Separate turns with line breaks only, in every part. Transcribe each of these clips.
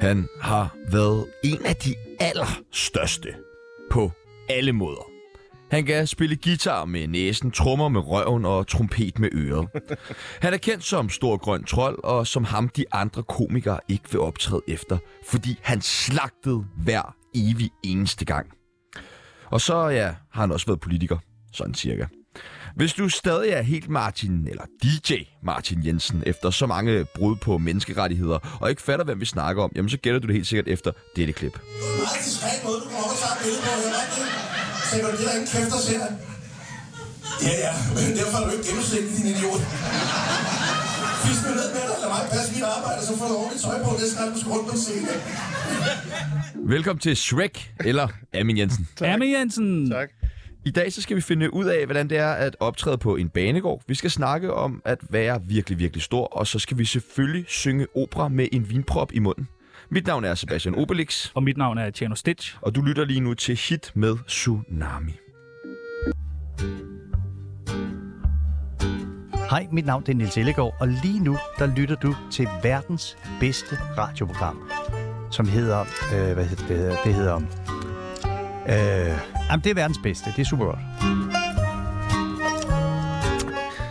Han har været en af de allerstørste på alle måder. Han kan spille guitar med næsen, trommer med røven og trompet med øret. Han er kendt som Stor Grøn Trold, og som ham de andre komikere ikke vil optræde efter, fordi han slagtede hver evig eneste gang. Og så ja, har han også været politiker, sådan cirka. Hvis du stadig er helt Martin, eller DJ Martin Jensen, efter så mange brud på menneskerettigheder, og ikke fatter, hvem vi snakker om, jamen så gætter du det helt sikkert efter dette klip.
Det er en meget diskret måde, du kommer og tager et billede på. Jeg er rigtig. Sætter du det der ikke kæft og ser? Ja, ja, men derfor er du ikke gennemsigtig, din idiot. Fisk mig ned med dig, lad mig passe mit arbejde, og så får du ordentligt tøj på, det skal du skal rundt på scenen.
Velkommen til Shrek, eller Amin Jensen.
Amme Jensen.
Tak.
I dag så skal vi finde ud af, hvordan det er at optræde på en banegård. Vi skal snakke om at være virkelig, virkelig stor, og så skal vi selvfølgelig synge opera med en vinprop i munden. Mit navn er Sebastian Obelix,
Og mit navn er Tjerno Stitch.
og du lytter lige nu til Hit med Tsunami.
Hej, mit navn det er Nils Ellegaard, og lige nu der lytter du til verdens bedste radioprogram, som hedder... Øh, hvad hedder det? hedder- Det hedder... Øh, jamen, det er verdens bedste. Det er super godt.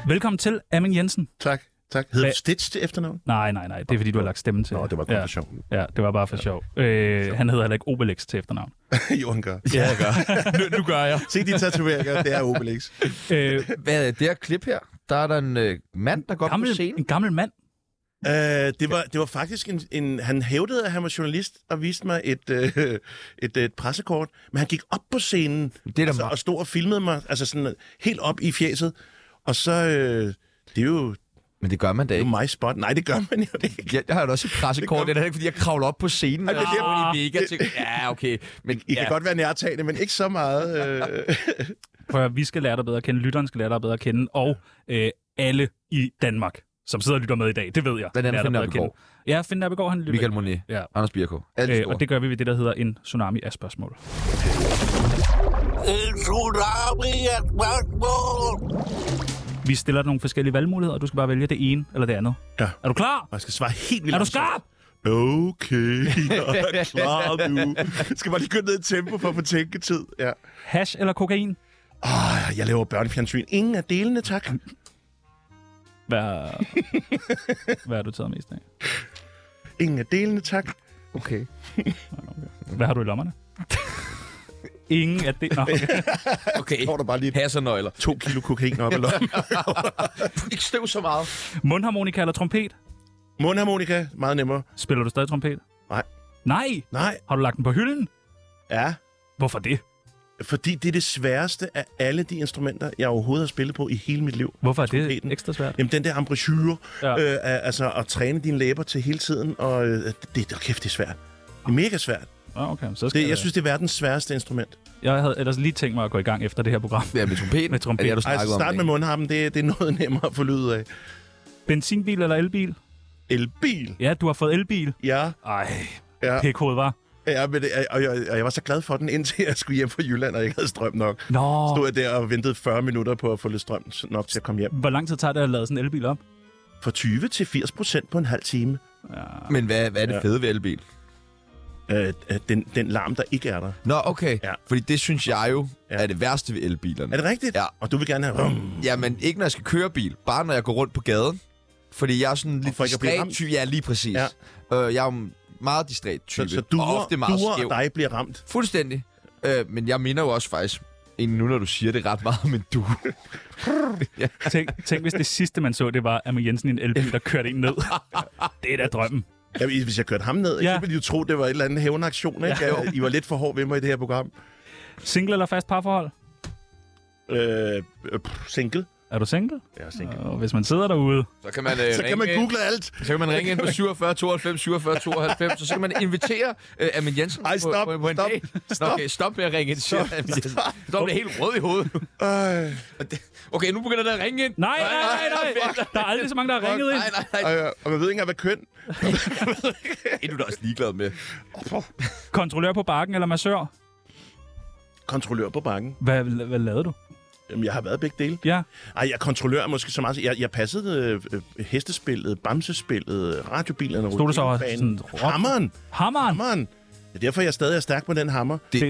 Velkommen til Amin Jensen.
Tak, tak. Hedder
Hvad-
du Stitch til efternavn?
Nej, nej, nej. Det er fordi, du har lagt stemmen til.
Nå, det var kun
ja.
for sjov.
Ja, det var bare for sjov. Øh, han hedder heller ikke Obelix til efternavn.
jo, han gør.
Ja, jeg gør. nu, nu gør jeg.
Se de tatoveringer, det er Obelix.
Øh,
Hvad er det her klip her? Der er der en øh, mand, der går op på
gammel,
scenen.
en gammel mand.
Øh, det, var, det var faktisk en, en... Han hævdede, at han var journalist, og viste mig et, øh, et, et pressekort. Men han gik op på scenen
da
altså,
meget-
og stod og filmede mig, altså sådan helt op i fjeset. Og så... Øh, det er jo det
Men det gør man da
er
ikke.
jo my spot. Nej, det gør man jo ikke.
Jeg, jeg har da også et pressekort. Det er da ikke, fordi jeg kravler op på scenen. Ah.
det er
og
det.
står i mega ting. Ja, okay. Men
I ja.
ja.
kan godt være nærtagende, men ikke så meget. Øh,
For vi skal lære dig bedre at kende, lytteren skal lære dig bedre at kende, og øh, alle i Danmark, som sidder og lytter med i dag, det ved jeg.
Blandt andet
lærer dig
Finn
bedre at kende. Ja, Finn Abbegaard, han lytter.
Michael Monet,
Ja.
Anders Birko. Alt
Øh, og det gør vi ved det, der hedder en tsunami af spørgsmål.
En tsunami er et spørgsmål.
Vi stiller dig nogle forskellige valgmuligheder, og du skal bare vælge det ene eller det andet.
Ja.
Er du klar?
man skal svare helt vildt.
Er du
langsomt.
skarp?
Okay, jeg er klar nu. Skal bare lige gå ned i tempo for at få tænketid. Ja.
Hash eller kokain?
Ah, jeg laver børnefjernsyn. Ingen af delene, tak.
Hvad, Hvad har du taget mest af?
Ingen af delene, tak.
Okay.
Hvad har du i lommerne? Ingen af det. Nå, okay.
Okay.
Får du bare lige
Hassernøgler.
to kilo kokain op i lommen.
Ikke støv så meget.
Mundharmonika eller trompet?
Mundharmonika, meget nemmere.
Spiller du stadig trompet?
Nej.
Nej!
Nej,
Har du lagt den på hylden?
ja.
Hvorfor det?
Fordi det er det sværeste af alle de instrumenter, jeg overhovedet har spillet på i hele mit liv.
Hvorfor er det
Trompeten.
ekstra svært?
Jamen, den der embouchure,
Ja.
ja. øh, er- altså at træne dine læber til hele tiden, og øh, det, det, kæft, det er svært. Det er mega svært.
Ah, okay, så skal
Det, jeg synes, det er verdens sværeste instrument.
jeg havde ellers lige tænkt mig at gå i gang efter det her program.
Ja, med trompeten.
Med trompeten.
Er det, du
Ej,
snakkede
altså,
om?
start med
ikke?
mundharmen, det, det er noget nemmere at få lyd af.
Benzinbil eller elbil?
Elbil,
Ja, du har fået elbil.
ja.
Ej,
Ja.
pikhoved var.
Ja, men det, og, jeg, og jeg var så glad for den, indtil jeg skulle hjem fra Jylland, og jeg ikke havde strøm nok.
Nå,
Stod jeg der og ventede 40 minutter på at få lidt strøm nok til at komme hjem.
hvor lang tid tager det at lade sådan en elbil op?
Fra 20 til 80 procent på en halv time.
Men hvad, hvad er det
Ja.
fede ved elbil?
Øh, øh, den, den larm, der ikke er der.
Nå, okay.
Ja.
Fordi det synes jeg jo
Ja.
er det værste ved elbilerne.
Er det rigtigt?
Ja. Mm.
Og du vil gerne have... Rum.
Jamen, ikke når jeg skal køre bil. Bare når jeg går rundt på gaden. Fordi jeg er sådan lidt
for ikke at blive
distræt
ramt.
type. Ja, lige præcis.
Ja.
Øh, jeg er jo meget distræt
Så,
type.
så
og
duer,
ofte meget
duer
skæv.
og dig bliver ramt.
Fuldstændig. Øh, men jeg minder jo også faktisk, egentlig nu når du siger det ret meget, men du...
Tænk, tænk, hvis det sidste, man så, det var Amin Jensen i en elbil, der kørte en ned. Det er da drømmen.
Ja, hvis jeg kørte ham ned,
Ja.
ja. så ville de jo tro, det var et eller andet hævnaktion. Ikke? Ja. I var lidt for hård ved mig i det her program.
Single eller fast parforhold?
Øh, øh, pff, single.
Er du single?
Ja, single.
Og hvis man sidder derude,
Så kan man, øh,
Så kan man google alt.
Så kan man ringe ind på 47 92 47 92, og så kan man invitere øh, Amin Jensen
Ej, stop,
på, på, på en
stop,
dag. Stop. Okay, stop med at ringe ind, siger Amin Jensen. Stop, det er helt rød i hovedet nu.
Øh,
Og det- Okay, nu begynder der at ringe ind.
Nej, nej, nej, nej. Der er aldrig så mange, der har ringet ind.
Nej, nej, nej.
og, øh, og man ved ikke engang, hvad køn.
Det er du da også ligeglad med.
Kontrollør på bakken eller massør?
Kontrollør på bakken.
Hvad, hvad lavede du?
Jamen, jeg har været begge dele.
Ja.
Ej, jeg kontrollører måske så meget. Jeg, jeg passede øh, øh, hestespillet, bamsespillet, radiobilerne,
Stod der så også
rutinbanen.
sådan rock-
Hammeren!
Hammeren!
Hammeren! Det er derfor, jeg stadig er stærk på den hammer.
Det,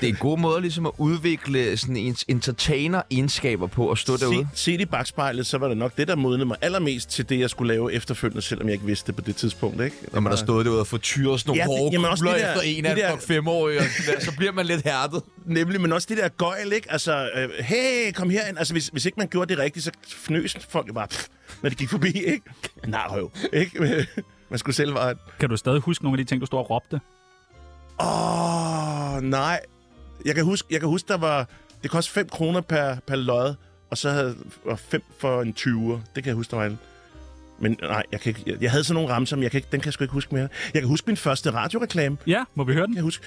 Det er en god måde ligesom at udvikle sådan ens entertainer-egenskaber på at stå derude.
Se, set i bagspejlet, så var det nok det, der modnede mig allermest til det, jeg skulle lave efterfølgende, selvom jeg ikke vidste det på det tidspunkt. Ikke?
Når man har stået derude og fået tyret sådan nogle
Ja, det-
hårde
jamen også
kugler
det der-
efter en
det
af
der-
der... femårige, og sådan der, så bliver man lidt hærdet.
Nemlig, men også det der gøjl, ikke? Altså, øh, hey, kom herind. Altså, hvis, hvis ikke man gjorde det rigtigt, så fnøs folk jo bare, pff, når de gik forbi, ikke? Nej, røv. Ikke? Man skulle selv være...
kan du stadig huske nogle af de ting, du stod og råbte?
Åh, oh, nej. Jeg kan huske, jeg kan huske der var... Det kostede 5 kroner per, per lod, og så havde og 5 for en 20'er. Det kan jeg huske, der var en. Men nej, jeg, kan ikke, jeg, jeg havde sådan nogle ramser, men jeg kan ikke, den kan jeg sgu ikke huske mere. Jeg kan huske min første radioreklame.
Ja, må vi høre den?
kan jeg huske.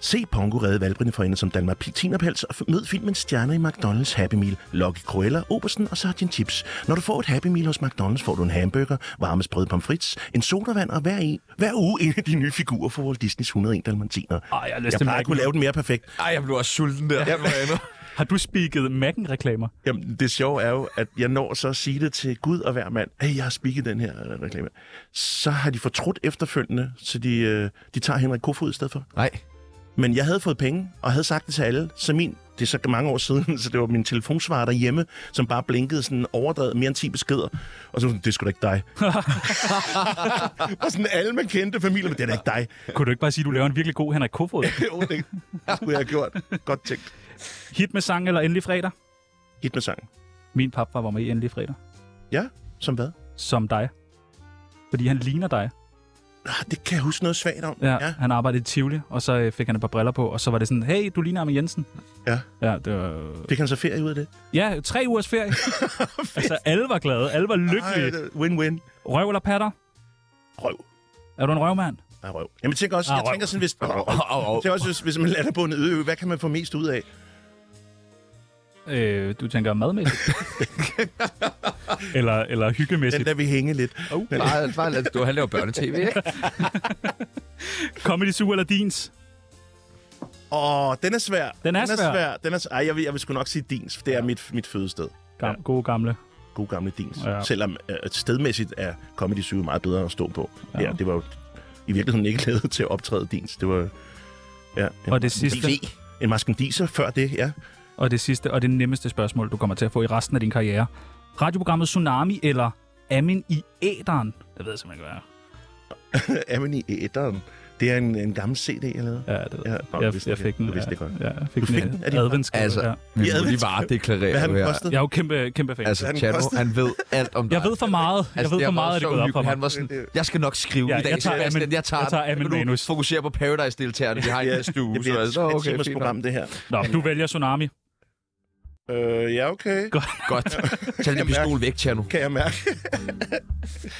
Se Pongo redde valgbrinde for ender som Danmark Pitinerpels og mød filmen Stjerner i McDonald's Happy Meal, Lucky Cruella, Obersten og Sgt. Chips. Når du får et Happy Meal hos McDonald's, får du en hamburger, varme sprøde pomfrits, en sodavand og hver, en, hver uge en af de nye figurer fra Walt Disney's 101 Dalmatiner.
Ej, jeg har lyst
jeg
til
plejer
Mac.
ikke at kunne lave den mere perfekt.
Ej, jeg blev også sulten der. Ja.
Har du spiket Mac'en-reklamer?
Jamen, det sjove er jo, at jeg når så at sige det til Gud og hver mand, at hey, jeg har spikket den her øh, reklame. Så har de fortrudt efterfølgende, så de, øh, de tager Henrik Kofod i stedet for.
Nej.
Men jeg havde fået penge, og havde sagt det til alle. Så min, det er så mange år siden, så det var min telefonsvarer derhjemme, som bare blinkede sådan overdrevet mere end 10 beskeder. Og så var sådan, det er sgu da ikke dig. og sådan alle man kendte familier, men det er da ikke dig.
Kunne du ikke bare sige, at du laver en virkelig god Henrik Kofod?
jo, det skulle jeg have gjort. Godt tænkt.
Hit med sang eller endelig fredag?
Hit med sangen.
Min papfar var med i endelig fredag.
Ja, som hvad?
Som dig. Fordi han ligner dig.
Ah, det kan jeg huske noget svagt om.
Ja, ja. Han arbejdede i Tivoli, og så øh, fik han et par briller på, og så var det sådan, hey, du ligner Armin Jensen.
Ja.
Ja, det var...
Fik han så ferie ud af det?
ja tre ugers ferie. altså, alle var glade, alle var
Ej,
lykkelige.
det- Win-win.
Røv eller patter?
Røv.
Er du en røvmand?
Ej, røv. Jamen, tænk også,
Ah,
jeg
røv.
tænker sådan, hvis...
Au, au, au.
Det er også, hvis, hvis man lander på en øde ø, hvad kan man få mest ud af?
Øh, du tænker madmæssigt? eller, eller
Den
hyggemæssigt?
lader vi hænge lidt.
Bare, bare lad du, han laver børnetv, ikke?
Comedy Zoo eller Dins?
Åh, den er svær.
Den er svær.
Den er svær. Ej, jeg vil, jeg vil sgu nok sige Dins, for det er mit, mit fødested.
Gam, Gode gamle.
God gamle Dins. Ja.
Ja.
Selvom øh, stedmæssigt er Comedy Zoo meget bedre at stå på. Ja. Her, det var jo i virkeligheden ikke lavet til at optræde Dins. Det var ja, en,
Og det sidste.
en maskendiser før det, ja.
Og det sidste og det nemmeste spørgsmål, du kommer til at få i resten af din karriere. Radioprogrammet Tsunami eller Amin i æderen? Det ved jeg simpelthen ikke, hvad
Amen i æderen. Det er en, en gammel CD, jeg lavede.
er. Ja, det ved
Ja,
jeg.
nå, du
jeg,
vidste
jeg
det
fik
godt.
den.
Du vidste
ja,
det godt.
Ja, jeg fik
Du fik
den
den
i
af din far.
adventsgave,
Altså,
ja.
vi
Ja,
må lige
det-
bare
Hvad
deklarere
har
nu
den
her.
kostet?
Jeg er jo kæmpe, kæmpe fan. Altså,
Altså,
den
Chano,
kostet?
han ved alt om dig.
jeg ved for meget. Jeg
Altså,
ved for
har
meget,
været
at det
så
er gået op for
uhyggelig.
mig.
Han var sådan, jeg skal nok skrive
Ja,
i dag,
jeg tager
Sebastian.
Amin-
jeg tager,
jeg tager
den.
Amin
Nu kan
Manus.
du fokusere på Paradise-deltagerne, vi har i næste
det
uge. Så
bliver
er
et,
det så,
okay,
Altså, okay,
timers
fint nok.
program, det her.
Nå, du vælger Tsunami.
Øh, ja, okay. Godt.
Godt. Tag den pistol væk, Tjerno.
Kan jeg mærke.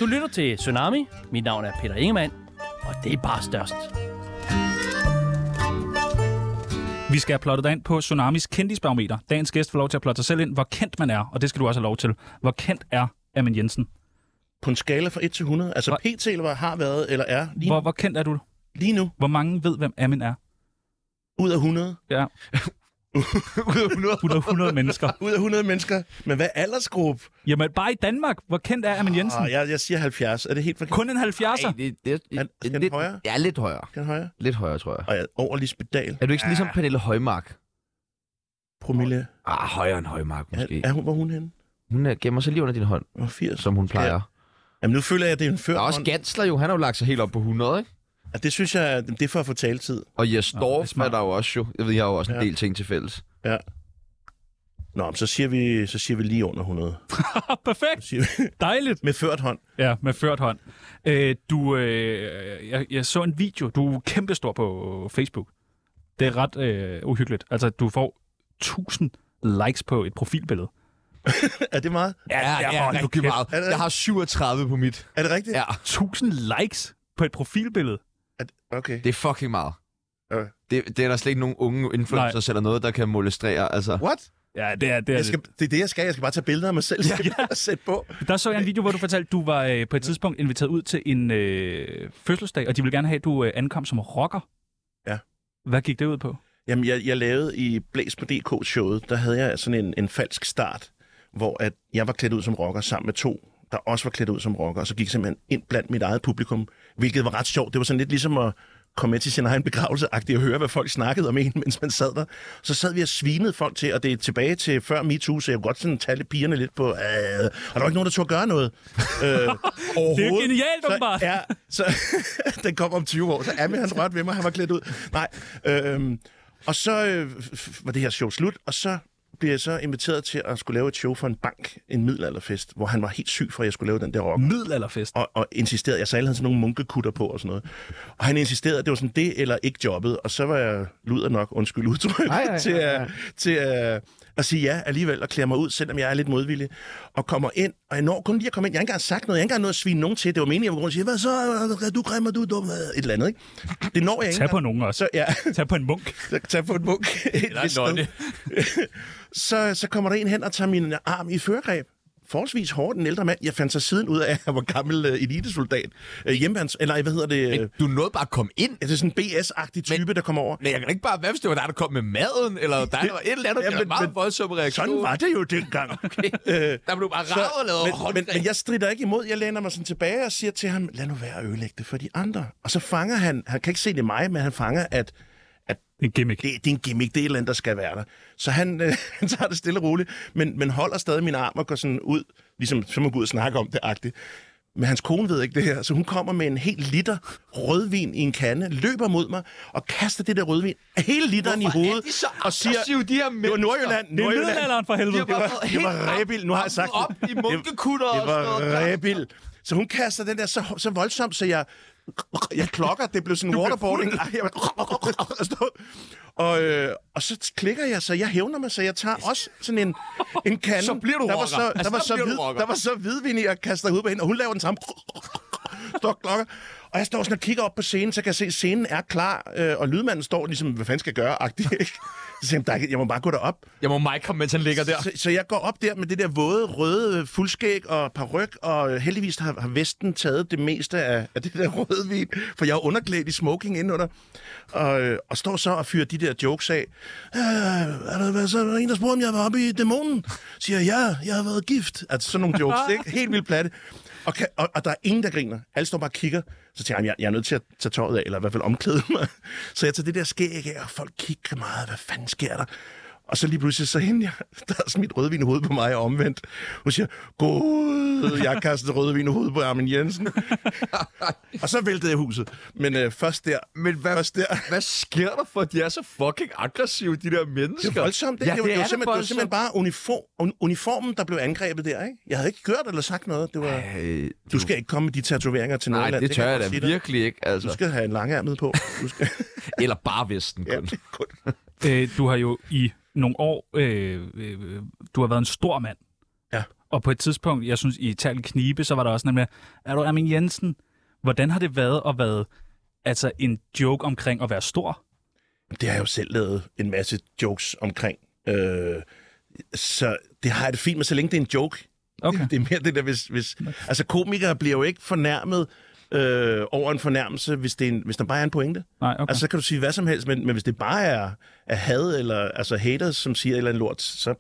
Du lytter til Tsunami. Mit navn er Peter Ingemann, og det er bare størst.
Vi skal have plottet dig ind på Tsunamis kendisbarometer. Dagens gæst får lov til at plotte sig selv ind, hvor kendt man er, og det skal du også have lov til. Hvor kendt er Amin Jensen?
På en skala fra 1 til 100. Altså,
Hvor-
PT eller hvad har været eller er lige,
Hvor, hvor kendt er du?
lige nu.
Hvor mange ved, hvem Amin er?
Ud af 100.
Ja,
Ud af 100.
100, 100 mennesker.
Ud af 100 mennesker. Men hvad aldersgruppe?
Jamen, bare i Danmark. Hvor kendt er Amin Jensen?
Ah, jeg, jeg siger 70. Er det helt forkert?
Kun en 70'er?
Ej, det, det,
Er- er den
lidt,
højere?
Ja, lidt højere.
Den højre?
Lidt højere, tror jeg.
Og jeg, over Lisbeth Dahl.
Er du ikke sådan ligesom Pernille Højmark?
Promille.
Ah, højere end Højmark,
Er,
måske.
er hun, hvor er hun henne?
Hun er- gemmer sig lige under din hånd,
Hun er 80.
som hun plejer.
Jamen, nu føler jeg, at det er en før.
Der er også Gansler jo, han har jo lagt sig helt op på 100, ikke?
og det synes jeg, det er for at få taletid.
Og Jes
det er
Dorf er
smart.
der jo også jo. Jeg ved, jeg har jo også en
Ja.
del ting til fælles.
Ja. Nå, men så siger vi, så siger vi lige under 100.
Ah, Perfekt.
Så siger vi,
Dejligt.
med ført hånd.
Ja, med ført hånd. Øh, du, øh, jeg, jeg så en video. Du er kæmpestor på Facebook. Det er ret øh, uhyggeligt. Altså, du får 1000 likes på et profilbillede.
Er det meget?
Ja, ja,
hold nu
rigtig
kæft.
meget.
Er det-
Jeg har 37 på mit.
Er det rigtigt?
Ja,
1000 likes på et profilbillede.
Er det, okay.
det er fucking meget.
Ja.
Det, det er der slet ikke nogen unge influencers eller noget, der kan molestrere. Altså,
What?
Ja, det er det. Er,
Jeg skal, det er det, jeg skal. Jeg skal bare tage billeder af mig selv ja. og sætte på.
Der så jeg en video, hvor du fortalte, at du var øh, på et tidspunkt inviteret ud til en øh, fødselsdag, og de ville gerne have, at du øh, ankom som rocker.
Ja.
Hvad gik det ud på?
Jamen, jeg, jeg lavede i Blæs på DK-showet, der havde jeg sådan en, en falsk start, hvor at jeg var klædt ud som rocker sammen med to, der også var klædt ud som rocker, og så gik jeg simpelthen ind blandt mit eget publikum, hvilket var ret sjovt. Det var sådan lidt ligesom at komme med til sin egen begravelse og høre, hvad folk snakkede om en, mens man sad der. Så sad vi og svinede folk til, og det er tilbage til før MeToo, så jeg kunne godt sådan tage lidt pigerne lidt på, øh, og der var ikke nogen, der turde gøre noget. øh,
Det er jo
overhovedet.
genialt, åbenbart.
Så, ja, så den kom om 20 år, så Amme han rørte ved mig, han var klædt ud. Nej, øhm, og så øh, var det her show slut, og så blev jeg så inviteret til at skulle lave et show for en bank, en middelalderfest, hvor han var helt syg for, at jeg skulle lave den der rock
Middelalderfest.
og, og insisterede. Jeg sagde, han sådan nogle munkekutter på og sådan noget. Og han insisterede, at det var sådan det eller ikke jobbet. Og så var jeg luder nok, undskyld udtryk,
Ej, ej,
til,
ej, ej.
At, til at, at sige ja alligevel og klæde mig ud, selvom jeg er lidt modvillig. Og kommer ind, og jeg når kun lige at komme ind. Jeg har ikke engang sagt noget. Jeg har ikke engang noget at svine nogen til. Det var meningen, jeg var rundt og sige, hvad så? Du grimmer, du er dum. Et eller andet, ikke? Det når jeg ikke.
Tag på
engang.
nogen også.
Så, ja.
Tag på en munk.
Så tag på en munk. et
Eller en
vist sted.
nonne.
så, så kommer der en hen og tager min arm i førgreb. Forholdsvis hårdt, en ældre mand. Jeg fandt så siden ud af, at jeg var gammel uh, elitesoldat. Uh, hjemværns... Eller hvad hedder det? Uh,
Men du nåede bare at komme ind.
det er sådan en BS-agtig type, men, der kommer over.
Men jeg kan ikke bare, hvad hvis det var dig, der kom med maden, eller dig, der var et eller andet, ja,
Ja, men-
men, meget
men-
voldsom reaktion.
Sådan var det jo dengang. Øh,
Okay. Der blev du bare ravet og lavet
men, men,
håndgreb.
men jeg strider ikke imod. Jeg læner mig sådan tilbage og siger til ham, lad nu være at ødelægge det for de andre. Og så fanger han, han kan ikke se det i mig, men han fanger, at
En gimmick.
det, det er en gimmick, det er et eller andet, der skal være der. Så han, øh, han tager det stille og roligt, men, men holder stadig min arm og går sådan ud, ligesom så må gå ud og snakke om det agtigt. Men hans kone ved ikke det her, så hun kommer med en hel liter rødvin i en kande, løber mod mig og kaster det der rødvin, hele literen
Hvorfor
i
er
hovedet,
de så
og siger,
aggressive, de her
det var
mennesker?
Nordjylland,
Det er
Nordjylland.
middelalderen for helvede.
Det var-
Det var,
fået
det
helt
var
op-
rebil. Nu har jeg sagt
op
det.
i munkekutter
Det,
og
det var
sådan noget.
rebil. Så hun kaster den der så, så voldsomt, så jeg, jeg klokker. Det blev sådan waterboarding. Ej, Jeg var, og, stod. og, øh, og så klikker jeg, så jeg hævner mig, så jeg tager også sådan en, en kande.
Så bliver du
der var
rocker.
så, der,
Altså,
var
der
så
bliver du
hvid,
rocker.
der var så hvidvinig, jeg kaster ud på hende, og hun laver den samme. Står klokker. Og jeg står sådan og kigger op på scenen, så kan jeg se, at scenen er klar, øh, og lydmanden står ligesom, hvad fanden skal jeg gøre, agtigt, ikke? Så siger jeg, "Der er ikke- jeg må bare gå derop.
Jeg må mig komme, mens han ligger der.
Så, så jeg går op der med det der våde, røde øh, fuldskæg og paryk, og øh, heldigvis har, har Vesten taget det meste af, af det der rødvin, for jeg er underklædt i smoking indenunder, og, øh, og står så og fyrer de der jokes af. Øh, er der, hvad, så er der en, der spurgte, om jeg var oppe i dæmonen? Siger jeg, ja, jeg har været gift. Altså sådan nogle jokes, ikke? Helt vildt platte. Og, kan, og, og der er ingen, der griner. Alle står bare og kigger. Så tænker jeg, jeg, jeg er nødt til at tage tøjet af, eller i hvert fald omklæde mig. Så jeg tager det der skæg af, og folk kigger meget. Hvad fanden sker der? Og så lige pludselig, så hende, jeg, der har smidt rødvin i hovedet på mig og omvendt. Hun siger, god, jeg har kastet rødvin i hovedet på Armin Jensen. og så væltede jeg huset. Men øh, først der.
Men hvad,
Først der.
hvad sker der for, at de er så fucking aggressive, de der mennesker?
Det var voldsomt, det.
Ja,
det, var, det, var
er da
simpelthen, det var
voldsomt.
simpelthen bare uniform, un, uniformen, der blev angrebet der, ikke? Jeg havde ikke gjort eller sagt noget. Det var,
Øh,
du skal ikke komme med de tatoveringer til
Nej,
Nordland.
det
kan
tør jeg
godt
da
sige dig.
virkelig ikke. Altså.
Du skal have en langærmet på. Du skal...
Eller bare vesten
ja,
kun.
det er kun.
Øh, du har jo i nogle år, øh, øh, du har været en stor mand.
Ja.
Og på et tidspunkt, jeg synes, i Italien Knibe, så var der også nemlig, er du Armin Jensen? Hvordan har det været at være altså, en joke omkring at være stor?
Det har jeg jo selv lavet en masse jokes omkring. Øh, så det har jeg det fint med, så længe det er en joke.
Okay.
Det er mere det der, hvis... hvis altså, komikere bliver jo ikke fornærmet øh, over en fornærmelse, hvis, det er en, hvis der bare er en pointe.
Nej, okay.
Altså, så kan du sige hvad som helst, men, men hvis det bare er, er had eller altså haters, som siger et eller andet lort, så,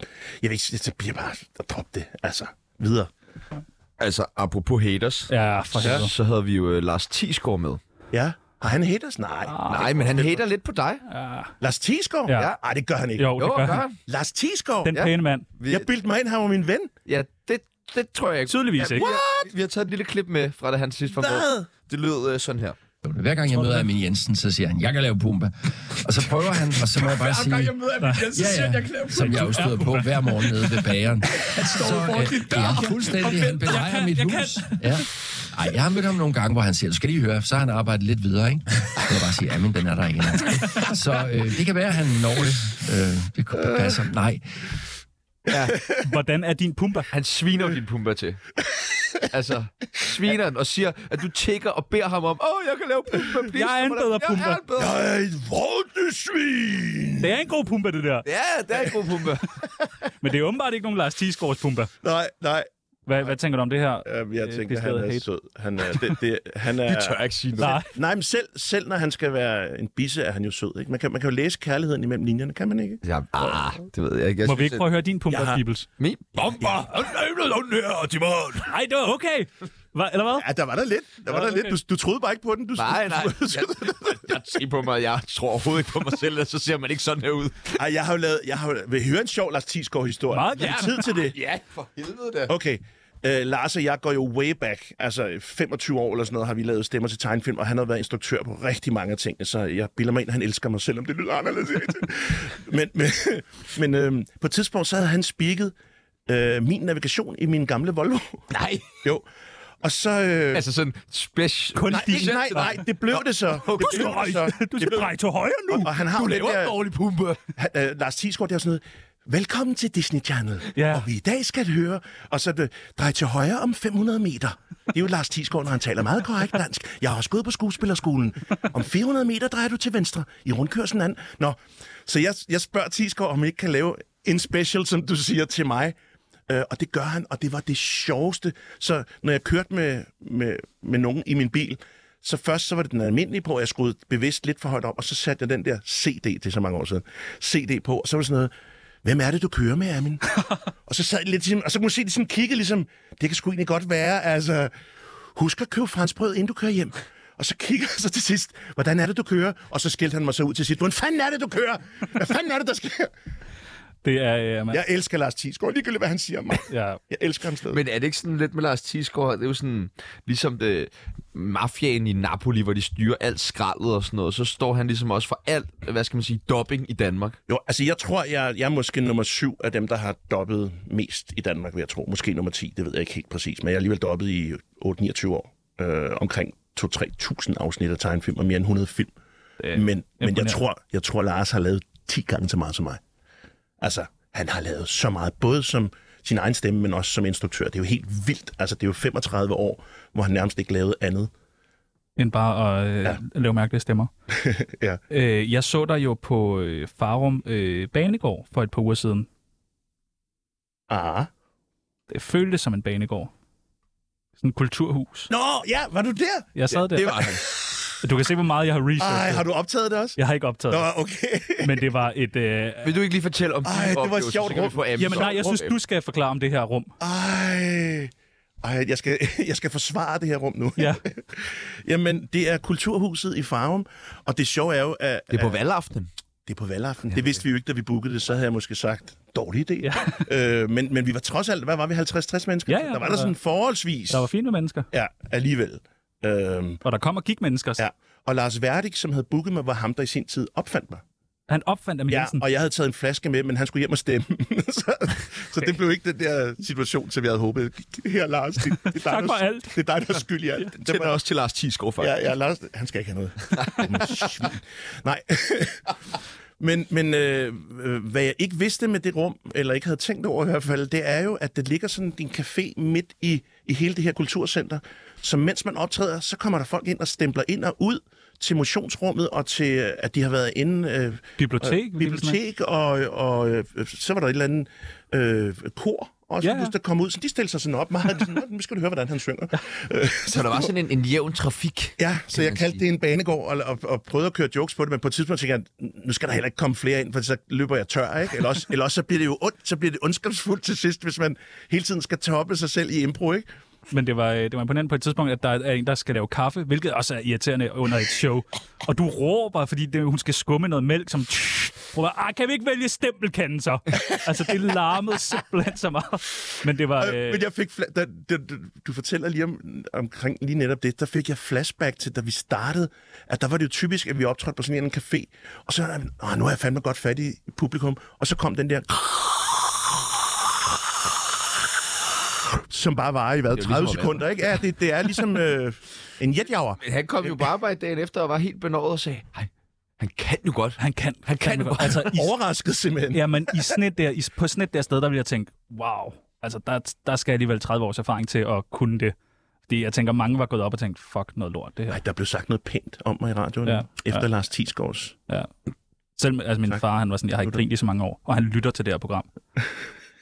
jeg ved, ikke, så bliver jeg bare at droppe det. Altså, videre.
Altså, apropos haters,
Ja, Ah, for helvede.
så, så havde vi jo øh, Lars Tisgaard med.
Ja. Har han haters? Nej.
Nej, men han hater lidt på dig.
Lars
Ah.
Thiesgaard?
Ja.
Ej, det gør han ikke.
Jo, det
Jo,
gør
gør
han.
han.
Lars Thiesgaard?
Den
Ja.
pæne mand.
Vi,
Jeg bildte mig ind, han var min ven.
ja, det, det tror jeg ikke.
Tydeligvis
ja,
ikke.
Vi har, vi har taget et lille klip med fra det, han sidst var
Hvad?
med. Det lød øh, sådan her.
Hver gang jeg møder Amin Jensen, så siger han, jeg kan lave pumba. Og så prøver han, og så må jeg bare sige... Hver gang jeg møder Amin Jensen, ja, ja, jeg kan lave Som jeg jo støder på hver morgen nede ved bageren. Han står så, foran din dør. Ja, fuldstændig. Han belejrer mit hus. Ja. Ej, jeg har mødt ham nogle gange, hvor han siger, du skal lige høre, så har han arbejdet lidt videre, ikke? Så kan jeg bare sige, Amin, den er der igen. Så øh, det kan være, at han når det. Øh, det kunne- det passer. Nej,
Hvordan er din pumper?
Han sviner din pumper til. altså, sviner han og siger, at du tigger og beder ham om, åh, jeg kan lave pumper, please.
Jeg er en
Hvordan-
bedre
Jeg er
Pumba."
en bedre.
Jeg er et vortesvin!
Det er en god pumper, det der.
Ja, det er en god pumper.
Men det er åbenbart ikke nogen Lars Thiesgaards pumper.
Nej, nej.
Hvad, hvad tænker du om det her?
Øh, Jeg
Øh,
tænker,
det er
han
stadig
er
hate.
sød. Han er, det, det, han er,
Vi tør ikke sige noget.
Nej.
Nej, men selv, selv når han skal være en bisse, er han jo sød. Ikke? Man, kan, man kan jo læse kærligheden imellem linjerne, kan man ikke?
Ja, ah, det ved jeg ikke. Jeg
Må vi ikke
at-
prøve at høre din pumper,
har-
Peoples?
Min bomber!
Nej, det var okay. Hva, eller hvad?
Ja, der var der lidt. Der var
Nå,
der lidt.
okay.
Du, du troede bare ikke på den. Du,
Nej, nej.
Du,
Jeg, jeg, jeg på mig, jeg tror overhovedet ikke på mig selv, og så ser man ikke sådan her ud.
ej, jeg har jo lavet... Jeg har, jo- vil I høre en sjov Lars Thiesgaard historie?
Meget
Har vi
gerne.
tid til det.
Ja, for helvede da.
Okay. Øh, Lars og jeg går jo way back. Altså 25 år eller sådan noget har vi lavet stemmer til tegnfilm, og han har været instruktør på rigtig mange af tingene, så jeg bilder mig ind, at han elsker mig, selvom det lyder anderledes. men men, men øhm, på et tidspunkt, så havde han spiket øh, min navigation i min gamle Volvo.
Nej.
jo. Og så... Øh,
Altså sådan special...
nej, ikke, nej, nej, det blev det så. Det blev det så.
Du skal dreje til højre nu.
Og han har
Du
jo den
laver en
der,
dårlig pumpe.
han, øh, Lars Thiesgaard, det er sådan noget, velkommen til Disney Channel,
Ja.
og vi i dag skal høre, og så øh, drej til højre om 500 meter. Det er jo Lars Thiesgaard, når han taler meget korrekt dansk. Jeg har også gået på skuespillerskolen. Om 400 meter drejer du til venstre i rundkørslen an. Nå, så jeg, jeg spørger Thiesgaard, om I ikke kan lave en special, som du siger, til mig. Øh, og det gør han, og det var det sjoveste. Så når jeg kørte med, med, med nogen i min bil, så først så var det den almindelige på, og jeg skruede bevidst lidt for højt op, og så satte jeg den der CD, det er så mange år siden, CD på, og så var det sådan noget, hvem er det, du kører med, Amin? og så sad jeg lidt, ligesom- og så kunne man se, de sådan kiggede ligesom, det kan sgu egentlig godt være, altså, husk at købe franskbrød, inden du kører hjem. Og så kigger jeg så til sidst, hvordan er det, du kører? Og så skældte han mig så ud til sidst, hvordan fanden er det, du kører? Hvad fanden er det, der sker?
Det er... Øh, man,
Jeg elsker Lars Thiesgaard, ligegyldigt hvad han siger om mig.
ja.
Jeg elsker ham stadig.
Men er det ikke sådan lidt med Lars Tisgaard? Det er jo sådan, ligesom det, mafiaen i Napoli, hvor de styrer alt skraldet og sådan noget. Så står han ligesom også for alt, hvad skal man sige, dopping i Danmark.
Jo, altså jeg tror, jeg, jeg er måske nummer syv af dem, der har dobbet mest i Danmark, vil jeg tro. Måske nummer 10, det ved jeg ikke helt præcis, men jeg har alligevel dobbet i 8-29 år. Øh, omkring 2-3.000 afsnit af tegnfilm og mere end 100 film. Øh, men men jeg,
imponerende.
tror, jeg tror, Lars har lavet 10 gange så meget som mig. Altså, han har lavet så meget, både som sin egen stemme, men også som instruktør. Det er jo helt vildt. Altså, det er jo 35 år, hvor han nærmest ikke lavede andet.
End bare at øh, ja. lave mærkelige stemmer.
Ja.
Øh, jeg så dig jo på øh, Farum øh, Banegård for et par uger siden.
Ah.
Det føltes som en banegård. Sådan et kulturhus.
Nå, ja, var du der?
Jeg sad der.
Det var han.
Du kan se, hvor meget jeg har researchet.
Ej, har du optaget det også?
Jeg har ikke optaget det,
Nå, okay.
men det var et... Øh,
Vil du ikke lige fortælle om
Ej,
din
det var
oplevelse,
sjovt
så kan vi
rum.
få Amazon.
jamen nej, jeg synes, du skal forklare om det her rum.
Ej, ej jeg, skal, jeg skal forsvare det her rum nu.
Ja.
Jamen, det er Kulturhuset i Farum, og det sjove er jo, at
Det er på valgaften.
det er på valgaften. Ja, det vidste vi jo ikke, da vi bookede det, så havde jeg måske sagt, dårlig idé.
Ja.
øh, men, men vi var trods alt, hvad var vi, 50-60 mennesker?
Ja, ja,
der var
der
der
var-
sådan forholdsvis,
Der var fine mennesker,
ja, alligevel. Øhm,
og der kom og gik mennesker.
ja. Og Lars Verdik, som havde booket mig, var ham, der i sin tid opfandt mig.
Han opfandt Am
Ja,
Jensen.
og jeg havde taget en flaske med, men han skulle hjem og stemme. så, så det blev ikke den der situation, som jeg havde håbet. Her, Lars, det, det er dig,
Tak
der-
for alt.
Det er dig, der er skyld i alt. Den var-
også til Lars Tisgaard, faktisk.
Ja, ja, Lars, han skal ikke have noget. Dumme svin. Nej. men men øh, øh, hvad jeg ikke vidste med det rum, eller ikke havde tænkt over i hvert fald, det er jo, at det ligger sådan din café midt i, i hele det her kulturcenter. Så mens man optræder, så kommer der folk ind og stempler ind og ud til motionsrummet, og til, øh, at de har været inde... Øh,
Bibliotek.
øh, bibliotek, og, og øh, så var der et eller andet øh, kor, også,
Ja,
ja,
ja.
ja. der kom ud. Så de stillede sig sådan op meget. Sådan, "Nå, nu skal du høre, hvordan han synger.
Så der var sådan en, en jævn trafik.
Ja, så
man
jeg kaldte
sige.
det en banegård og, og, og prøvede at køre jokes på det, men på et tidspunkt tænkte jeg, nu skal der heller ikke komme flere ind, for så løber jeg tør, ikke? Eller også, eller også så bliver det jo ondt, så bliver det ondskabsfuldt til sidst, hvis man hele tiden skal toppe sig selv i impro, ikke?
Men det var, øh, det var imponerende på et tidspunkt, at der er en, der skal lave kaffe, hvilket også er irriterende under et show. Og du råber, fordi det, hun skal skumme noget mælk, som... Prøv at, "Ah, kan vi ikke vælge stempelkanden så? altså, det larmede simpelthen så meget. Men det var...
Øh,
Øh,
men jeg fik... Fla- da, da, da, du fortæller lige om, omkring lige netop det, der fik jeg flashback til, da vi startede, at der var det jo typisk, at vi optrådte på sådan en café, og så Åh, nu har jeg fandme godt fat i publikum, og så kom den der... som bare var i hvad,
Det er jo ligesom
30
at være
sekunder, ikke? Ja, det, det er ligesom øh, en jetjager.
Men han kom jo på arbejde dagen efter og var helt benådet og sagde, hej, han kan jo godt.
han kan. Han
kan
fandme
godt.
Altså, i,
Overrasket simpelthen.
ja, men i sådan et der, i, på sådan et der sted, der ville jeg tænke, wow, altså, der, der skal jeg alligevel 30 års erfaring til at kunne det. Fordi jeg tænker, mange var gået op og tænkt, fuck noget lort, det her.
Nej, der blev sagt noget pænt om mig i radioen,
Ja,
ja, efter ja. Lars Tisgaards.
Selv altså, min tak. far, han var sådan, jeg har ikke grint i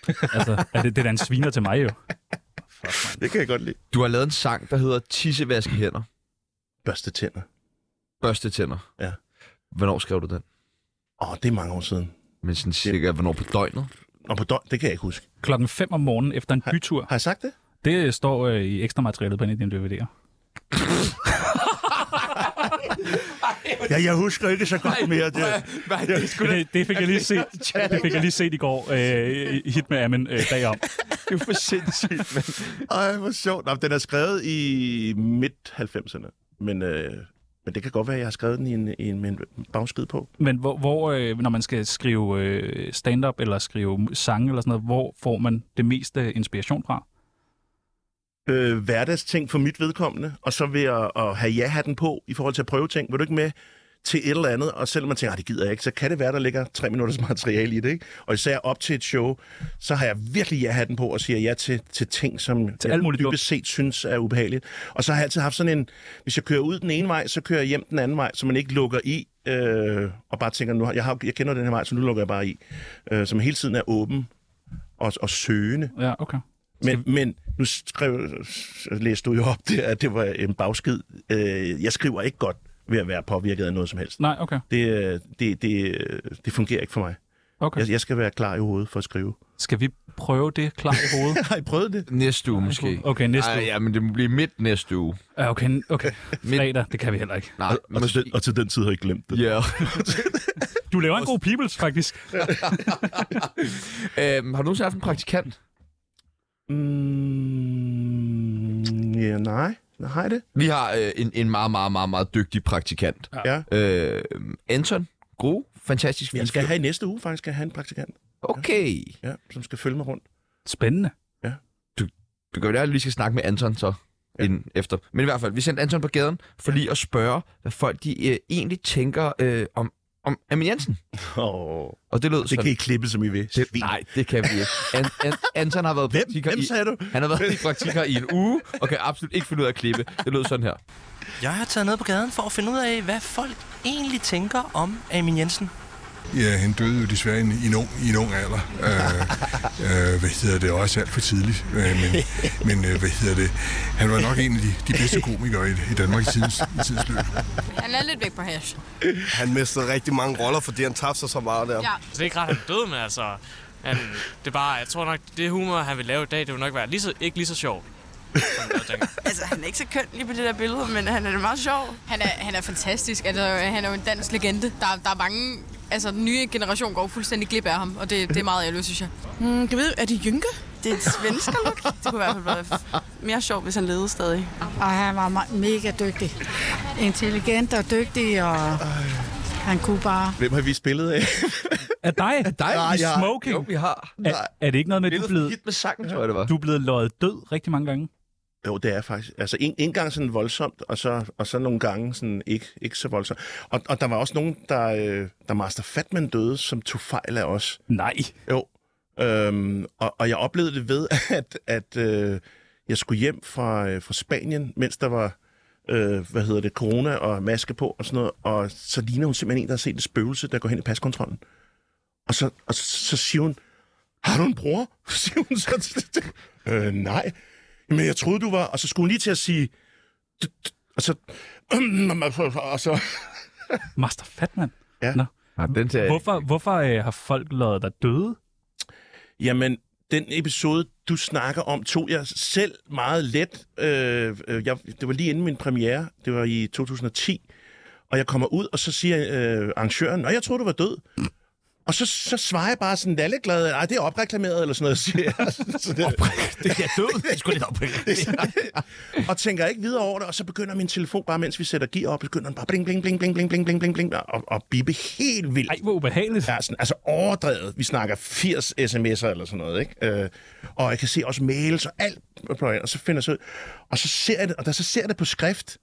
Altså, så fuck, mand.
Det kan jeg godt lide.
Du har lavet en sang, der hedder Tissevaske hænder,
Børste tænder.
børste tænder.
Ja.
Hvornår skrev du den?
Åh, det er mange år siden.
Men sådan cirka, hvornår på døgnet?
Og på døgn, det kan jeg ikke huske.
Klokken 5 om morgenen efter en bytur.
Har jeg sagt det?
Det står øh, i ekstra materialet på en af dine DVD'er.
Ja, jeg husker ikke så godt mere det.
Hvad er det?
Det, det, fik jeg lige set, det fik jeg lige set i går øh, i hit med Amin øh, bagom.
Det er jo for sindssygt, mand.
Ej, hvor sjovt. Nå, den er skrevet i midt-90'erne, men, øh, men det kan godt være, at jeg har skrevet den i en, i en, med en bagskid på.
Men hvor, hvor øh, når man skal skrive øh, stand-up eller skrive sange eller sådan noget, hvor får man det meste inspiration fra?
Øh, hverdagsting for mit vedkommende, og så ved at, at have ja-hatten på i forhold til at prøve ting. Vil du ikke med til et eller andet, og selvom man tænker, "Ej, det gider jeg ikke, så kan det være, der ligger tre minutters materiale i det, ikke? Og især op til et show, så har jeg virkelig ja-hatten på og siger ja til, til ting, som til
alt
jeg
muligt
dybest set synes er ubehageligt. Og så har jeg altid haft sådan en, hvis jeg kører ud den ene vej, så kører jeg hjem den anden vej, så man ikke lukker i, øh, og bare tænker, nu, har- jeg, har, jeg kender den her vej, så nu lukker jeg bare i. Øh, som hele tiden er åben og, og søgende.
Ja, okay.
Men, men nu skrev, læste du jo op der, at det var en bagskid. Øh, jeg skriver ikke godt ved at være påvirket af noget som helst.
Nej, okay.
Det, øh, det, det, øh, det fungerer ikke for mig.
okay.
Jeg, jeg skal være klar i hovedet for at skrive.
Skal vi prøve det klar i hovedet?
Har I prøvet det?
Næste uge måske.
Okay, næste uge.
Ej, ja, men det må blive midt næste uge.
Ja, okay, okay. Fredag, det kan vi heller ikke.
Nej,
Og til, den, og til den tid har jeg glemt det.
Ja.
Du laver en god peoples, faktisk.
øhm, har du nogensinde haft en praktikant?
Mm, ja, nej. Nej, har jeg det?
Vi har øh, en, en meget, meget, meget, meget dygtig praktikant.
Ja.
Øh, Anton Gro, fantastisk
Jeg
fin
skal
fyr.
have i næste uge faktisk skal jeg have en praktikant,
Okay.
ja, som skal følge mig rundt.
Spændende.
Det kan være, at vi skal snakke med Anton så ja. inden, efter. Men i hvert fald, vi sendte Anton på gaden for lige at spørge, hvad folk de øh, egentlig tænker øh, om, om Amin Jensen.
Oh,
Og det lød
det
sådan.
kan I klippe, som I vil.
det,
Svin.
nej, det kan vi ikke. An, an, Anton har været
Hvem,
praktiker
hvem
i,
sagde du?
han har været i praktiker i en uge, og kan absolut ikke finde ud af at klippe. Det lød sådan her.
Jeg har taget ned på gaden for at finde ud af, hvad folk egentlig tænker om Amin Jensen.
Ja, han døde jo desværre i en, i en, ung, i en ung alder. Øh, øh, hvad hedder det? Også alt for tidligt. Øh, men men øh, hvad hedder det? Han var nok en af de, de bedste komikere i, i Danmark i tidens, i tidens løb.
Han er lidt væk på hash.
Han mistede rigtig mange roller, fordi han tabte sig så meget der.
Ja.
Det er ikke ret, han døde med, altså. Han, det er bare, jeg tror nok, det humor, han vil lave i dag, det vil nok være lige så, ikke lige så sjovt.
Altså, han er ikke så køn lige på det der billede, men han er da meget sjov. Han er, han er fantastisk. Altså, han er jo en dansk legende. Der, der er mange... Altså, den nye generation går fuldstændig glip af ham, og det, det er meget ærgerligt, synes jeg. Mm, kan vide, er det Jynke? Det er et svensker look. Det kunne i hvert fald være mere sjovt, hvis han levede stadig.
Og han var me- mega dygtig. Intelligent og dygtig, og han kunne bare...
Hvem har vi spillet af?
Er dig? Er dig?
Nej,
I
jeg-
smoking?
Jo, vi har.
Er, er det ikke noget med, at du er blevet,
hit med sangen, tror jeg, det var.
du er blevet løjet død rigtig mange gange?
Jo, det er faktisk. Altså en, en gang sådan voldsomt, og så, og så nogle gange sådan ikke, ikke så voldsomt. Og, og der var også nogen, der, øh, der Master Fatman døde, som tog fejl af os.
Nej.
Jo. Øhm, og, og jeg oplevede det ved, at, at øh, jeg skulle hjem fra, øh, fra Spanien, mens der var, øh, hvad hedder det, corona og maske på og sådan noget. Og så ligner hun simpelthen en, der har set et spøgelse, der går hen i paskontrollen. Og så, og så, så siger hun, har du en bror? siger hun så til det. Øh, nej. Men jeg troede, du var... Og så skulle hun lige til at sige... Og så... Og så...
Master Fatman.
Nej, den tager jeg ikke.
Hvorfor, hvorfor øh, har folk løjet dig døde?
Jamen, den episode, du snakker om, tog jeg selv meget let. Øh, øh, jeg, det var lige inden min premiere. Det var i 2010. Og jeg kommer ud, og så siger øh, arrangøren, at jeg troede, du var død. Og så, så svarer jeg bare sådan lalleglad, at det er opreklameret, eller sådan noget, siger jeg. Så det,
Det er død. Det er sgu lidt oprindeligt.
og tænker ikke videre over det, og så begynder min telefon bare, mens vi sætter gear op, begynder den bare bling, bling, bling, bling, bling, bling, bling, bling, bling, og, og bippe helt vildt.
Ej, hvor ubehageligt.
Ja, sådan, altså overdrevet. Vi snakker 80 sms'er eller sådan noget, ikke? Øh, og jeg kan se også mails og alt, og så finder jeg så ud. Og så ser jeg det, og der, så ser jeg det på skrift,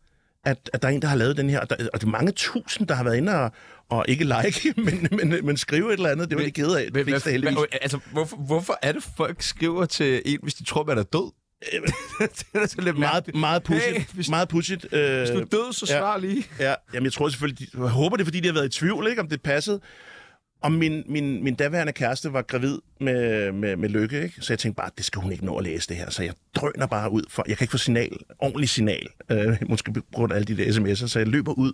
at, at der er en, der har lavet den her, og, der, og det er mange tusind, der har været inde og, og ikke like, men, men, men skrive et eller andet. Det var de ked af, de fleste heldigvis.
altså, hvorfor, hvorfor er det, folk skriver til en, hvis de tror, man er død? det er så lidt
Meget, meget pudsigt.
Hey, hvis-
meget pudsigt. Øh,
Hvis du er død, så
ja.
svar lige.
Ja, jamen jeg tror selvfølgelig, de, jeg håber det, er, fordi de har været i tvivl, ikke, om det passede. Og min, min, min daværende kæreste var gravid med, med, med Lykke, ikke? så jeg tænkte bare, det skal hun ikke nå at læse det her. Så jeg drøner bare ud, for jeg kan ikke få signal, ordentlig signal, øh, måske på grund af alle de der sms'er, så jeg løber ud.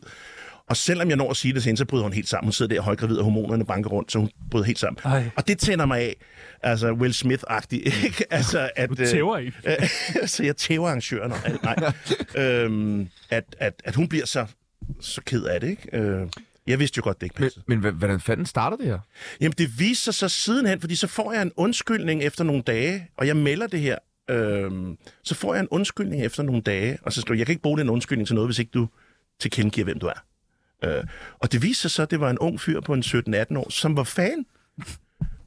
Og selvom jeg når at sige det til hende, så bryder hun helt sammen. Hun sidder der højgravid, og hormonerne banker rundt, så hun bryder helt sammen. Ej. Og det tænder mig af, altså Will Smith-agtigt, ikke? Altså, at,
Du tæver i.
Øh, så jeg tæver arrangøren og alt, nej. øhm, at, at, at hun bliver så, så ked af det, ikke? Øh, jeg vidste jo godt, det ikke passede.
Men, men hvordan fanden starter det her?
Jamen, det viste sig så sidenhen, fordi så får jeg en undskyldning efter nogle dage, og jeg melder det her. Øhm, så får jeg en undskyldning efter nogle dage, og så skriver jeg, jeg kan ikke bruge den undskyldning til noget, hvis ikke du tilkendegiver, hvem du er. Øh, og det viste sig så, at det var en ung fyr på en 17-18 år, som var fan,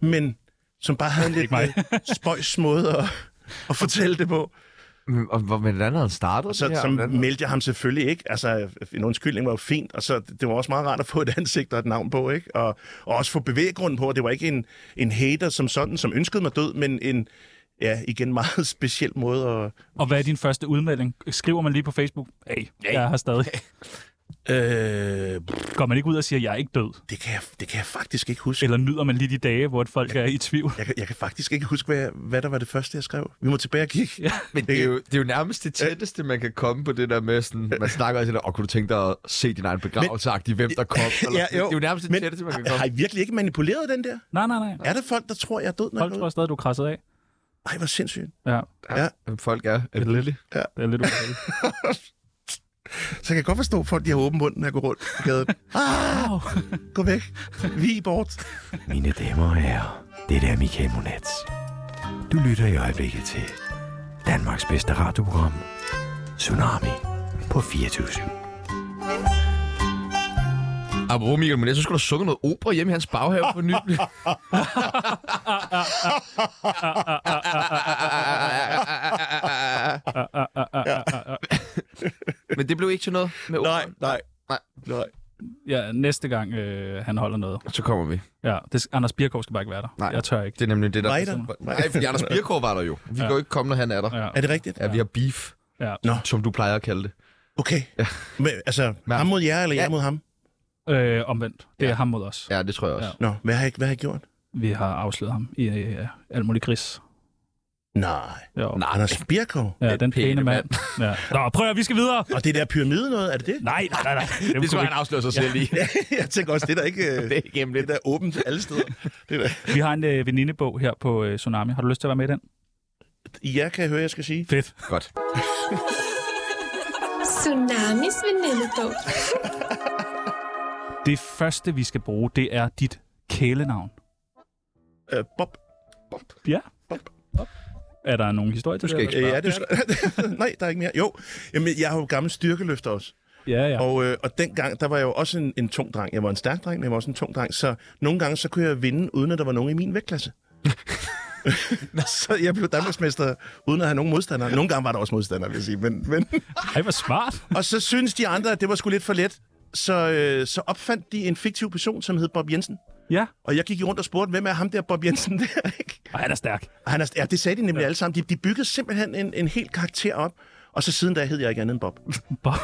men som bare havde en lidt
mig.
øh, spøjs måde at, at fortælle det på.
Og hvor- men hvordan havde han startet
Og så,
det her?
så
Hvordan-
meldte jeg ham selvfølgelig ikke. Altså, en undskyldning var jo fint, og så, det var også meget rart at få et ansigt og et navn på, ikke? Og, og også få bevæggrunden på, at det var ikke en, en hater som sådan, som ønskede mig død, men en, ja, igen meget speciel måde at...
Og hvad er din første udmelding? Skriver man lige på Facebook? Hey, jeg har stadig.
Øh,
Går man ikke ud og siger, jeg er ikke død?
Det kan, jeg, det kan jeg faktisk ikke huske.
Eller nyder man lige de dage, hvor folk er i tvivl?
Jeg, kan- jeg kan faktisk ikke huske, hvad, hvad der var det første, jeg skrev. Vi må tilbage og kigge.
Ja.
Men det er, jo, det er jo nærmest det tætteste, man kan komme på det der med sådan, man snakker også lidt, og kunne du tænke dig at se din egen begravelse hvem der kom? Eller, ja, jo, det er jo nærmest det
men
tætteste, man kan
har,
komme.
har I virkelig ikke manipuleret den der?
Nej, nej, nej.
Er der folk, der tror, jeg er død? når
Folk
jeg er
tror stadig, du er krasset af.
ude? Ej, hvor sindssygt.
Ja,
Ja.
Hvem folk er. Er det lidt?
Ja.
det er lidt ubehageligt.
Så jeg kan godt forstå, at folk de har åben mund, når jeg går rundt på gaden. Ah, gå væk. Vi bort.
Mine damer og herrer, det er Michael Monats. Du lytter i øjeblikket til Danmarks bedste radioprogram, Tsunami på 24
Apropos Michael Monet, så skulle du sunge noget opera hjemme i hans baghave for nylig.
Ah,
Men det blev ikke til noget med opera.
Nej, nej.
Nej.
nej.
Ja, næste gang øh, han holder noget.
Så kommer vi.
Ja, det, skal- Anders Birkov skal bare ikke være der.
Nej.
Jeg tør ikke.
Det er nemlig det, der...
Nej, der.
Nej, fordi Anders Birkow var der jo. Vi kan jo ikke komme, når han er der.
Ja.
Er det rigtigt?
Ja, vi har beef,
Ja.
som du plejer at kalde det.
Okay. Men, altså, ham mod jer, eller jer mod ham?
Øh, omvendt. Det er
Ja.
ham mod os.
Ja, det tror jeg også.
Nå, hvad har jeg, hvad har jeg gjort?
Vi har afsløret ham i øh, alt muligt gris.
Nej.
Jo.
Nej,
Anders Birkow.
Ja, den
pæne
pæne mand. Ja. Nå, prøv at vi skal videre.
Og det der pyramide noget, er det det?
Nej, nej, nej. nej. Dem
Det tror
kunne
jeg, han afslører sig selv i.
jeg tænker også, det der ikke... øh,
Det er ikke
Det der er åbent alle steder. Det der.
vi, vi har en øh, venindebog her på øh, Tsunami. Har du lyst til at være med i den?
Ja, kan jeg høre, jeg skal sige.
Fedt.
Godt.
Tsunamis venindebog.
Det første, vi skal bruge, det er dit kælenavn.
Øh, Bob.
Ja. Er der nogen historie til
Du skal
det?
ikke
Øh, ja, det er Nej, der er ikke mere. Jo, jamen, jeg har jo gammel styrkeløfter også.
Ja, ja.
Og, øh, og dengang, der var jeg jo også en, en tung dreng. Jeg var en stærk dreng, men jeg var også en tung dreng. Så nogle gange, så kunne jeg vinde, uden at der var nogen i min vægtklasse. så jeg blev Danmarksmester, uden at have nogen modstandere. Nogle gange var der også modstandere, vil jeg sige. Men, men...
Ej, hvor smart.
Og så synes de andre, at det var sgu lidt for let. Så, øh, så opfandt de en fiktiv person, som hed Bob Jensen.
Ja.
Og jeg gik rundt og spurgte, hvem er ham der Bob Jensen der, ikke?
Og han er stærk.
Og han er, ja, det sagde de nemlig alle sammen. De, de byggede simpelthen en, en hel karakter op. Og så siden da hed jeg ikke andet end Bob.
Bob.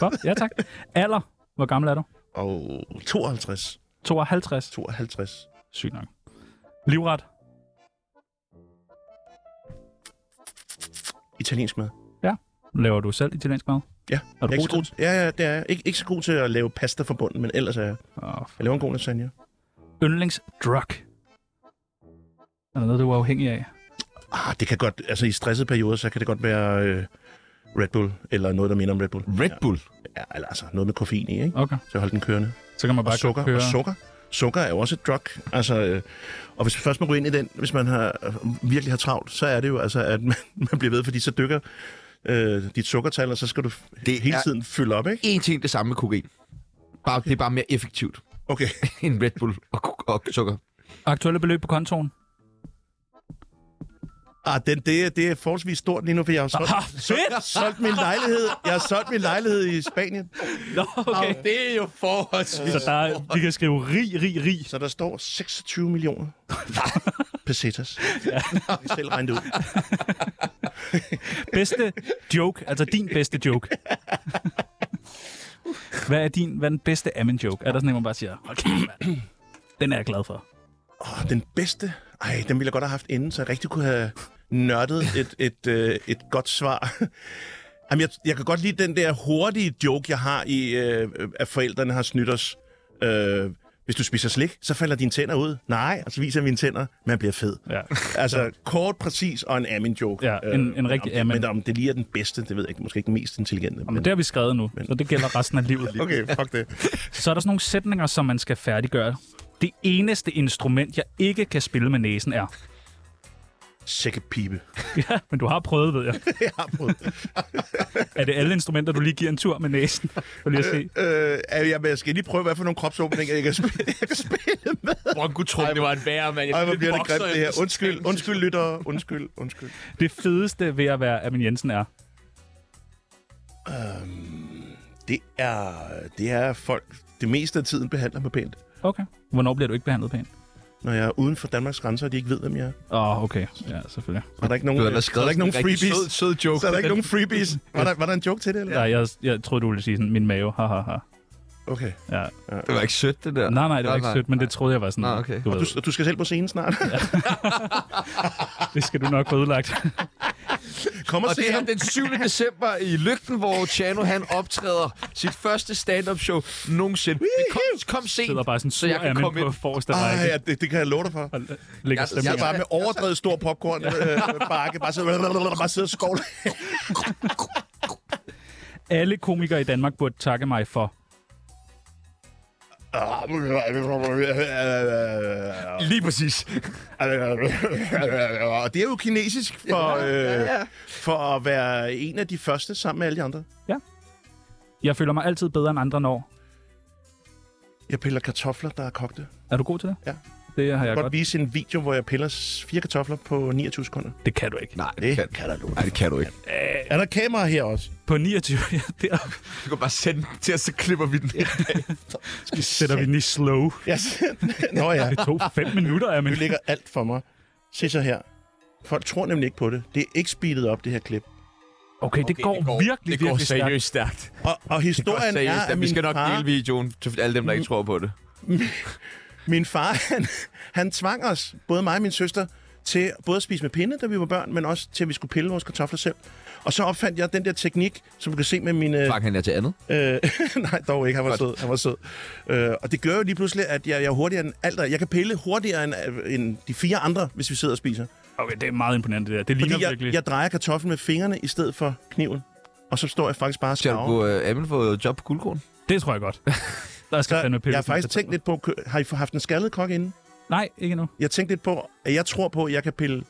Bob. Ja, tak. Alder. Hvor gammel er du?
Og 52.
52.
52.
Sygt nok. Livret.
Italiensk mad.
Laver du selv italiensk mad?
Ja.
Er du god
Jeg ikke så
til
god Ja, ja, det er jeg. ikke, ikke så god til at lave pasta for bunden, men ellers er jeg.
Åh,
Jeg laver en god lasagne.
Yndlingsdrug. Er der noget, du er afhængig af?
Ah, det kan godt, altså i stressede perioder, så kan det godt være øh, Red Bull, eller noget, der minder om Red Bull.
Red Bull.
Ja, eller altså noget med koffein i, ikke?
Okay.
Så jeg holder den kørende.
Så kan man bare
og sukker,
køre...
og sukker. Sukker er jo også et drug. Altså, øh, og hvis først man går ind i den, hvis man har, øh, virkelig har travlt, så er det jo altså, at man, man bliver ved, fordi så dykker øh, dit sukkertal, og så skal du det
Det
hele
er-
tiden fylde op, ikke?
En ting det samme med kokain. Bare, Det er bare mere effektivt
Okay.
end Red Bull og, ko- og sukker.
Aktuelle beløb på kontoen?
Ah, den, det, er- det er forholdsvis stort lige nu, for jeg har solgt, solgt, solgt min lejlighed. Jeg har solgt min lejlighed i Spanien.
Nå, okay.
Det er jo forholdsvis.
Så der er, vi kan skrive rig, rig, rig.
Så der står 26 millioner pesetas. Ja. Jeg selv regnet ud.
Bedste joke, altså din bedste joke. Hvad er din, hvad er den bedste Amin joke? Er der sådan en, man bare siger, hold kæft, mand. Den er jeg glad for.
Oh, den bedste? Ej, den ville jeg godt have haft inden, så jeg rigtig kunne have nørdet et, et, øh, et godt svar. Jamen, jeg, jeg kan godt lide den der hurtige joke, jeg har i, øh, at forældrene har snydt os. Øh, hvis du spiser slik, så falder dine tænder ud. Nej, og så viser jeg mine tænder, man bliver fed.
Ja.
Altså, kort, præcis og en amin-joke.
Ja, en- en rigtig
amin.
amen.
Men om det lige er den bedste, det ved jeg ikke. Måske ikke den mest intelligente.
Jamen, det har vi skrevet nu, så det gælder resten af livet.
Okay, fuck det.
Så er der sådan nogle sætninger, som man skal færdiggøre. Det eneste instrument, jeg ikke kan spille med næsen, er...
Sækkepipe.
Ja, men du har prøvet, ved jeg.
jeg har prøvet.
er det alle instrumenter, du lige giver en tur med næsen? For lige at se.
Øh, øh, jamen, jeg skal lige prøve, hvad for nogle kropsåbninger, jeg kan spille, jeg kan spille med.
Bronkotrum, det var en værre, mand. Jeg
Ej, hvor
fik
bliver det
bokser
grimt, det her.
efter
Undskyld, undskyld, lyttere. Undskyld, undskyld.
Det fedeste ved at være Amin Jensen er...
Øhm, det, er, det er folk, det meste af tiden behandler mig pænt.
Okay. Hvornår bliver du ikke behandlet pænt?
Når jeg er uden for Danmarks grænser, og de ikke ved, hvem jeg er.
Åh, oh, okay. Ja, selvfølgelig.
Var der ikke nogen,
Du har da skrevet
var der ikke nogen
sådan en rigtig
freebies?
sød- sød joke.
Så er der ikke nogen freebies. Var der, var der en joke til det? Eller?
Ja, jeg, jeg troede, du ville sige sådan, min mave, ha, ha, ha.
Okay.
Ja.
Det var ikke sødt, det der.
Nej, nej, det var
Nej,
ikke
nej.
sødt, men det troede jeg var sådan...
Nå, okay.
Du
Og
ved,
du, og du skal selv på scenen snart.
det skal du nok få udlagt.
Kom og,
Og
se
det er
ham.
den 7. december i Lygten, hvor Chano han optræder sit første stand-up show nogensinde. Men Kom, kom
sidder
sent,
bare sådan
så jeg kan komme
på
ind.
forreste
Ej,
række.
ja, det, det kan jeg love dig for.
og læ- lægger
Jeg-
Jeg
stemningen.
er bare med overdrevet stor popcorn øh, bakke, bare sidder, bare sidder og skovler.
Alle komikere i Danmark burde takke mig for.
Lige præcis.
Og det er jo kinesisk for, øh, for at være en af de første sammen med alle de andre.
Jeg føler mig altid bedre end andre når.
Jeg piller kartofler, der er kogte.
Er du god til det?
Ja.
Det har
Jeg
jeg
kan
godt.
godt vise en video, hvor jeg piller s- fire kartofler på 29 sekunder.
Det kan du ikke.
Nej, det,
Det
kan,
kan der lort.
nej, det kan du ikke.
Er der kamera her også?
På 29, ja, der
Du kan bare sende den til, og så klipper vi den.
sætter vi den i slow.
Yes. Nå ja,
Det tog fem minutter, jeg
nu
men.
ligger alt for mig. Se så her. Folk tror nemlig ikke på det. Det er ikke speedet op, det her klip.
Okay, det går virkelig,
det går
virkelig stærkt.
seriøst stærkt.
Og, og
Det går
historien er,
seriøst
at
stærkt. Vi
min
skal nok
far,
dele videoen til alle dem, der ikke tror på det.
min far han, han tvang os, både mig og min søster, til både at spise med pinde, da vi var børn, men også til, at vi skulle pille vores kartofler selv. Og så opfandt jeg den der teknik, som du kan se med mine...
Fang han jer til andet?
Øh, nej, dog ikke. Han var
Godt.
sød. Han var sød. Øh, og det gør jo lige pludselig, at jeg, jeg er hurtigere end alt. Jeg kan pille hurtigere end, øh, end de fire andre, hvis vi sidder og spiser.
Okay, det er meget imponerende, det der. Det ligner
Fordi jeg,
virkelig.
jeg drejer kartoflen med fingrene i stedet for kniven. Og så står jeg faktisk bare og
Skal du
skraver.
på uh, Amin få job på guldkorn?
Det tror jeg godt. Der skal fandme
Så
pille.
jeg har faktisk tænkt lidt på, kø- har I haft en skaldet kok inden?
Nej, ikke nu.
Jeg tænkte lidt på, at jeg tror på, at jeg kan pille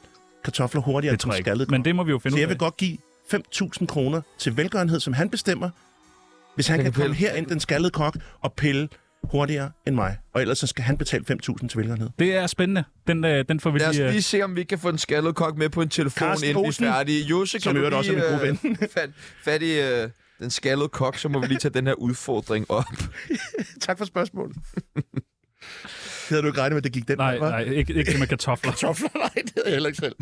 kartofler hurtigere
Det
end
tror
en
jeg
skaldet
ikke.
kok.
Men det må vi jo finde
Så
ud af.
jeg vil godt give 5.000 kroner til velgørenhed, som han bestemmer, hvis han
Den
kan,
kan
komme
pille.
herind, den skaldede kok, og pille hurtigere end mig. Og ellers så skal han betale 5.000 til velgørenhed.
Det er spændende. Den, øh, den får vi
Lad os
lige... øh,
lige se, om vi kan få den skaldede kok med på en telefon,
Carsten
inden vi er
Olsen,
færdige. Jose, kan
som
du
i øvrigt også er
lige,
min gode
øh, fat, fat i øh, den skaldede kok, så må vi lige tage den her udfordring op.
Tak for spørgsmålet. det havde du ikke regnet med, at det gik den
Nej,
vej, hva'?
nej, ikke, ikke det med kartofler.
Kartofler, nej, det havde jeg heller ikke selv.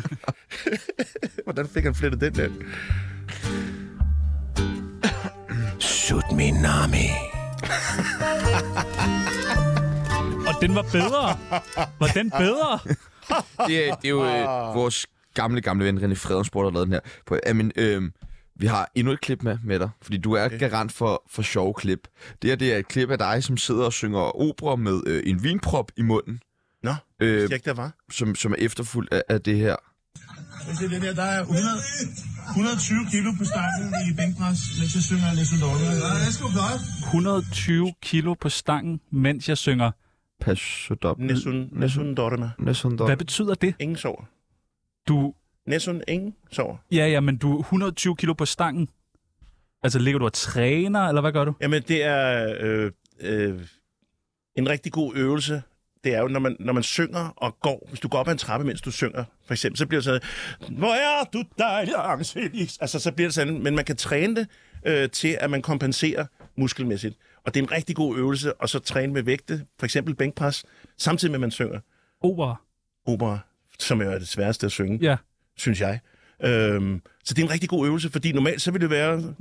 Hvordan fik han flettet den der?
Sut min nami.
Og den var bedre. Var den bedre?
det, er- det er jo
Ah.
øh, vores gamle, gamle ven René Fredensborg, der lavede den her. På, amen, øh, vi har endnu et klip med, med dig, fordi du er okay. garant for, for sjove klip. Det her det er et klip af dig, som sidder og synger opera med øh, en vinprop i munden,
Nå, det
øh,
vidste jeg ikke, der var.
som, som er efterfuldt af, af det her.
Det er den her, der er 100, 120 kilo på stangen i bænkpres, mens jeg synger lidt Sundorne. Ja, det er sgu flot.
120 kilo på stangen, mens jeg synger.
Pas så dop.
Nessun, Nessun Dortema.
Næsten
Hvad betyder det?
Ingen sover.
Du,
Nessun, ingen sover.
ja, ja, men du er 120 kilo på stangen. Altså, ligger du og træner, eller hvad gør du?
Jamen, det er øh, øh, en rigtig god øvelse. Det er jo, når man, når man synger og går. Hvis du går op ad en trappe, mens du synger, for eksempel, så bliver det sådan, hvor er du dejlig, Angelis? Altså, så bliver det sådan, men man kan træne det øh, til, at man kompenserer muskelmæssigt. Og det er en rigtig god øvelse at så træne med vægte, for eksempel bænkpres, samtidig med, at man synger
Opera.
opera, som jo er det sværeste at synge,
Ja.
synes jeg. Øhm, Så det er en rigtig god øvelse, fordi normalt så vil det være...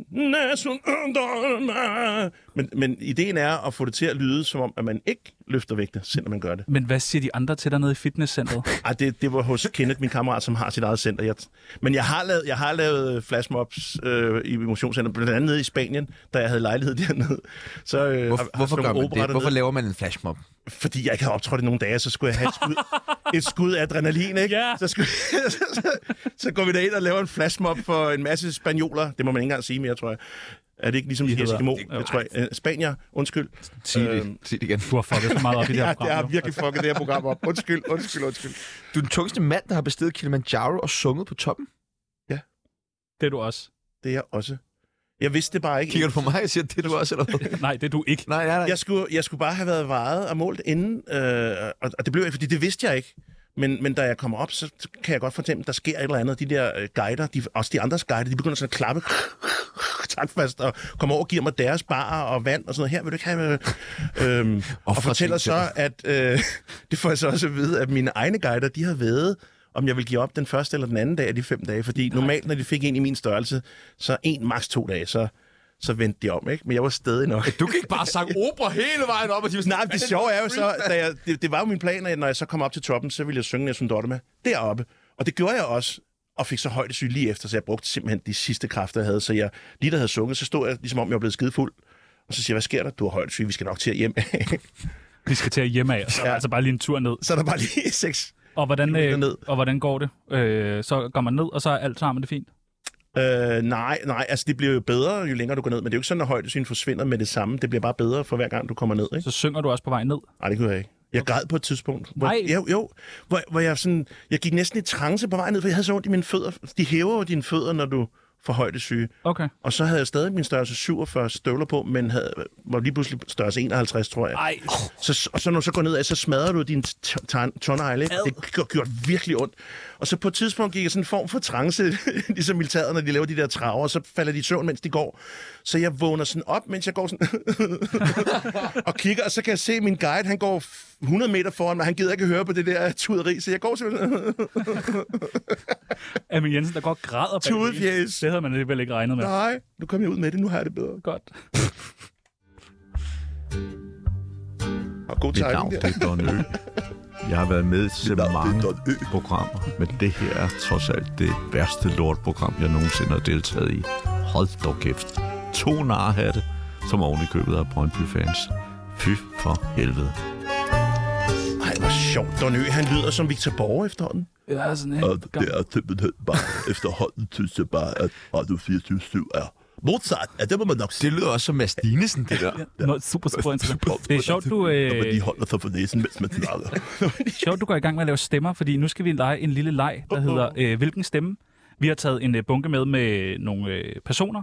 Men, men ideen er at få det til at lyde, som om at man ikke løfter vægte, selvom man gør det.
Men hvad siger de andre til dernede i fitnesscenteret?
Ej, det, det var hos Kenneth, min kammerat, som har sit eget center. Jeg, men jeg har lavet, jeg har lavet flashmobs øh, i motionscenter, blandt andet nede i Spanien, da jeg havde lejlighed dernede. Så, øh, har- har
Hvor, hvorfor
sådan
gør
nogle
man
operaer
det? Hvorfor
dernede.
laver man en flashmob?
Fordi jeg ikke havde optrådt i nogle dage, så skulle jeg have et skud, et skud af adrenalin, ikke? Yeah. Så, skulle, så, så går vi derind og laver en flashmob for en masse spanioler. Det må man ikke engang sige mere, tror jeg. Er det ikke ligesom de
hedder-
Eskimo?
det-
Jeg tror, jeg, øh, Spanier, undskyld. Øhm,
Sig det. Sig det igen.
Du har fucket så meget op i det her
ja,
program.
jeg har
nu.
virkelig fucket det her program op. Undskyld, undskyld, undskyld.
Du er den tungeste mand, der har besteget Kilimanjaro og sunget på toppen.
Det er du også.
Det er jeg også. Jeg vidste det bare ikke.
Kigger du på mig og siger, det er du også, eller hvad?
Nej, det er du ikke.
Nej, nej, nej.
Jeg skulle, jeg skulle bare have været vejet og målt inden, øh, og, og det blev jeg ikke, fordi det vidste jeg ikke. Men, men da jeg kommer op, så kan jeg godt fortælle, at der sker et eller andet. De der øh, guider, de, også de andres guider, de begynder sådan at klappe taktfast og kommer over og giver mig deres barer og vand og sådan noget. Her vil du ikke have... Øh, øhm, og fortæller så, at øh, det får jeg så også at vide, at mine egne guider, de har været om jeg vil give op den første eller den anden dag af de fem dage. Fordi normalt, når de fik en i min størrelse, så en maks to dage, så, så vendte de om. Ikke? Men jeg var stadig nok.
Du gik bare og sang opera hele vejen op, og de var
Nej, men det sjove er jo så, da jeg, det, det var jo min plan, at når jeg så kom op til toppen, så ville jeg synge Nelson Dortema deroppe. Og det gjorde jeg også, og fik så højt syg lige efter, så jeg brugte simpelthen de sidste kræfter, jeg havde. Så jeg, lige da jeg havde sunget, så stod jeg, ligesom om jeg var blevet skidefuld. Og så siger jeg, hvad sker der? Du har højt syg, vi skal nok til at hjem.
Vi skal til at hjemme af, og så er der
Ja.
altså bare lige en tur ned.
så er der bare lige seks.
Og hvordan,
kilometer
øh,
ned.
og hvordan går det? Øh, så går man ned, og så er alt sammen det fint.
Øh, nej, nej, altså det bliver jo bedre, jo længere du går ned, men det er jo ikke sådan, at højdesyn forsvinder med det samme. Det bliver bare bedre for hver gang, du kommer ned. Ikke?
Så synger du også på vej ned.
Nej, det kunne jeg ikke. Jeg græd på et tidspunkt. Hvor,
Nej.
Jo, jo hvor, hvor jeg, sådan, jeg gik næsten i trance på vej ned, for jeg havde så ondt i mine fødder. De hæver jo dine fødder, når du får højdesyge.
Okay.
Og så havde jeg stadig min størrelse 47 støvler på, men havde, var lige pludselig størrelse 51, tror jeg.
Ej.
Så, og så når du så går ned, så smadrer du din t- t- tårnegle. ikke? Det gjorde, gjorde virkelig ondt. Og så på et tidspunkt gik jeg sådan en form for trance, ligesom militæret, når de laver de der traver, og så falder de i søvn, mens de går. Så jeg vågner sådan op, mens jeg går sådan og kigger, og så kan jeg se, at min guide, han går 100 meter foran mig. Han gider ikke høre på det der tuderi, så jeg går simpelthen...
Emil Jensen, der går og græder bag
Tudefjæs.
Det havde man alligevel ikke regnet med.
Nej, nu kom jeg ud med det, nu har jeg det bedre.
Godt.
Og god
Mit navn
timing
det er
der.
Don Ø. Jeg har været med til mange programmer, men det her er trods alt det værste lortprogram, jeg nogensinde har deltaget i. Hold dog kæft. To narhatte, som oven i købet af Brøndby-fans. Fy for helvede.
Ej, hvor sjovt. Don Ø, han lyder som Victor Borge efterhånden.
Ja, sådan
Og det er simpelthen bare, efterhånden synes jeg bare, at Radio 24 er Mozart. Ja, det må man nok sige.
Det lyder også som Mads Dinesen, det der.
Nå, super, super interessant. Det er sjovt, du, øh,
holder sig for næsen, mens man snakker.
sjovt, du går i gang med at lave stemmer, fordi nu skal vi lege en lille leg, der hedder øh, Hvilken stemme? Vi har taget en øh, bunke med med nogle øh, personer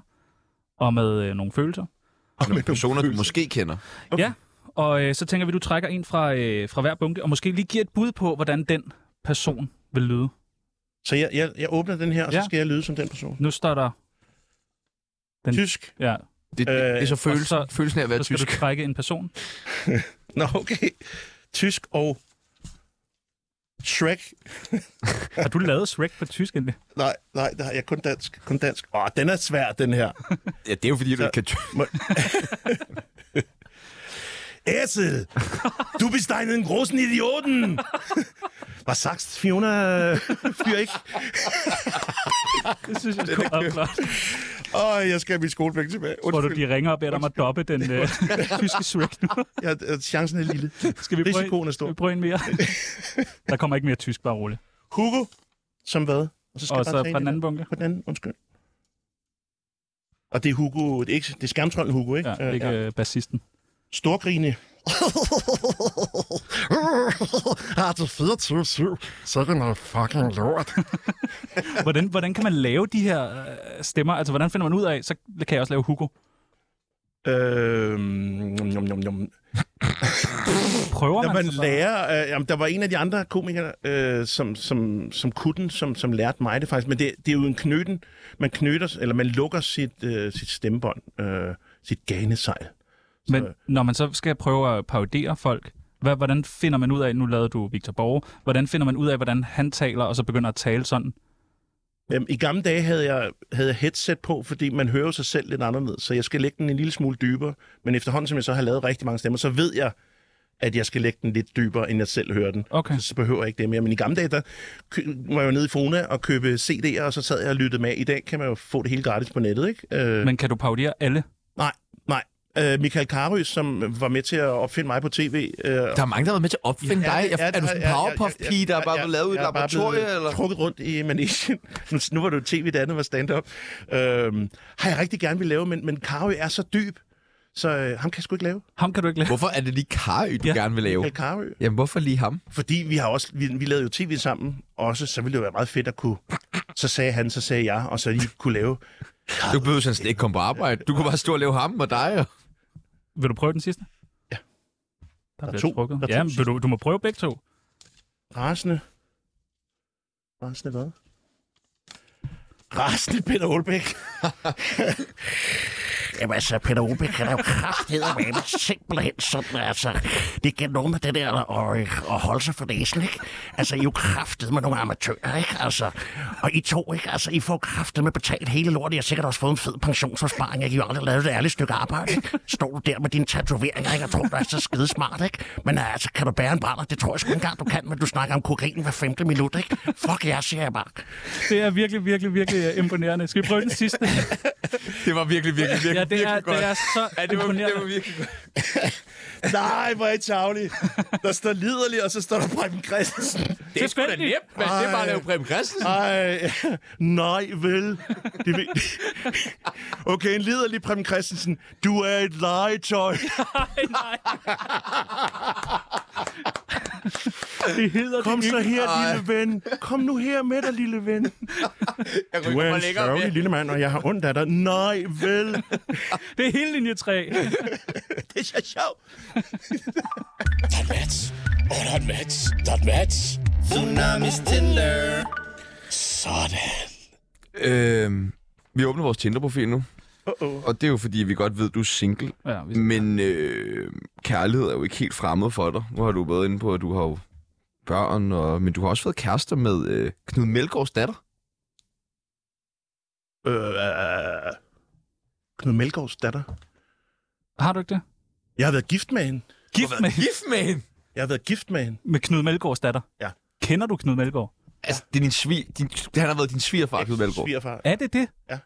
og med øh, nogle følelser.
Nogle personer, du måske kender.
Okay. Ja, og øh, så tænker vi, du trækker en fra, øh, fra hver bunke, og måske lige giver et bud på, hvordan den person vil lyde.
Så jeg, jeg, jeg åbner den her, og ja.
Ja.
så skal jeg lyde som den person.
Nu står der... Den-
Tysk.
Ja,
Det, det, det er så, følelsen,
Øh, og så-
følelsen af at være
så skal
tysk.
du trække en person.
Nå, okay. Tysk og Shrek.
Har du lavet Shrek på tysk endelig?
Nej, nej, der har jeg kun dansk. Kun dansk. Åh, den er svær, den her.
Ja, det er jo fordi, du
Så-
ikke kan tysk.
Må- Essel, du bist einen großen Idioten. Hvad sagst, Fiona? Fyr ikke.
Det synes jeg, det er meget klart.
Åh, jeg skal have min skolepenge tilbage.
Tror du,
Undskyld.
de ringer og beder dig om at doppe den øh, tyske Shrek nu?
Ja, chancen er lille.
Skal vi prøve,
Risikoen er
en,
stor.
vi prøve en mere? Der kommer ikke mere tysk, bare roligt.
Hugo, som hvad? Og så, skal
Og
jeg bare
så
tage
fra
en
den anden bunke.
På den anden, undskyld. Og det er Hugo, det er, ikke, det er skærmtrollen Hugo, ikke?
Ja, ikke øh, bassisten.
Storgrine.
Radio 24 så er det noget fucking lort.
Hvordan, hvordan kan man lave de her øh, stemmer? Altså, hvordan finder man ud af? Så kan jeg også lave Hugo.
Øhm, nom, nom, nom.
Prøver
Når
man?
man
altså bare?
lærer... Øh, jamen, der var en af de andre komikere, øh, som, som, som kutten, som, som lærte mig det faktisk. Men det, det er jo en knøten. Man knytter, eller man lukker sit, øh, sit stemmebånd, øh, sit ganesejl.
Men når man så skal prøve at parodere folk, hvad, hvordan finder man ud af, nu lavede du Victor Borge, hvordan finder man ud af, hvordan han taler, og så begynder at tale sådan?
Øhm, I gamle dage havde jeg, havde jeg headset på, fordi man hører jo sig selv lidt anderledes, så jeg skal lægge den en lille smule dybere. Men efterhånden, som jeg så har lavet rigtig mange stemmer, så ved jeg, at jeg skal lægge den lidt dybere, end jeg selv hører den. Okay. Så, så behøver jeg ikke det mere. Men i gamle dage, der kø- var jeg jo nede i Fona og købe CD'er, og så sad jeg og lyttede med. I dag kan man jo få det hele gratis på nettet, ikke? Øh,
Men kan du parodiere alle?
Nej, nej. Øh, Michael Carøe, som var med til at opfinde mig på tv. Øh, der
er mange, der har været med til at opfinde dig. Er- er du sådan en Powerpuff-pige, der er bare blevet lavet i et laboratorie, eller?
trukket rundt i manesien. Nu- nu var det jo tv, det andet var stand-up. Øhm, har jeg rigtig gerne vil lave, men, men Carøe er så dyb, så øh, ham kan jeg sgu ikke lave.
Ham kan du ikke lave.
Hvorfor er det lige Carøe, du ja. gerne vil lave?
Michael Carøe.
Jamen, hvorfor lige ham?
Fordi vi har også vi, vi lavede jo tv sammen også, så ville det jo være meget fedt at kunne... Så sagde han, så sagde jeg, og så lige kunne lave...
Du behøver sådan set ikke komme på arbejde. Du kunne bare stå og lave ham og dig.
Vil du prøve den sidste? Der,
er
bliver
to.
Trukket.
Der er to
ja, men vil du, du må prøve begge to.
Rasende. Rasende hvad? Rasende Peter Olbæk.
Jamen altså, Peter Olbæk, han er jo kraftedder med mig. Simpelthen sådan, altså. Det giver noget med det der og, og holde sig for næsen, ikke? Altså, I er jo kraftet med nogle amatører, ikke? Altså, og I to, ikke? Altså, I får kraftet med betalt hele lortet. I har sikkert også fået en fed pensionsopsparing, ikke? I har jo aldrig lavet et ærligt stykke arbejde, ikke? Står du der med dine tatoveringer, ikke? Og tror, du er så skidesmart, ikke? Men altså, kan du bære en brænder? Det tror jeg sgu ikke engang, du kan, men du snakker om kokain hver femte minut, ikke? Fuck jer, siger jeg bare.
Det er virkelig, virkelig, virkelig øh, imponerende. Skal vi prøve den sidste?
Det var virkelig, virkelig, virkelig,
ja, det er,
virkelig godt.
Det er så
Ja, det var, det var virkelig godt.
Nej, hvor er I tavlige. Der står liderlig, og så står der Preben Christensen.
Det er sgu da nemt, mand. Det er bare at lave Preben Christensen.
Ej, nej vel. Det vil... Okay, en liderlig Preben Christensen. Du er et legetøj.
Det hedder
Kom
det
så
ikke.
her,
Ej.
lille ven. Kom nu her med dig, lille ven. Du er en sørgelig lille mand, og jeg har ondt af dig. Nej, vel.
Det er hele linje 3.
det er så sjovt.
Der er et match. Og der er et match. Der er et match. Tsunamis Tinder. Sådan.
Øhm, vi åbner vores Tinder-profil nu.
Uh-oh.
Og det er jo fordi, vi godt ved, at du er single.
Ja, vi-
Men øh, kærlighed er jo ikke helt fremmed for dig. Nu har du været inde på, at du har jo børn, og, men du har også været kærester med øh, Knud Melgaards datter.
Øh, Knud Melgaards datter.
Har du ikke det?
Jeg har været gift med hende.
Gift med hende?
Gift med hende?
Jeg har været gift med hende.
Med Knud Melgaards datter?
Ja.
Kender du Knud Melgaard?
Altså, det er din svig, din, han har været din svigerfar, Knud Melgaard.
Svigerfar.
Er det det?
Ja.
Altså,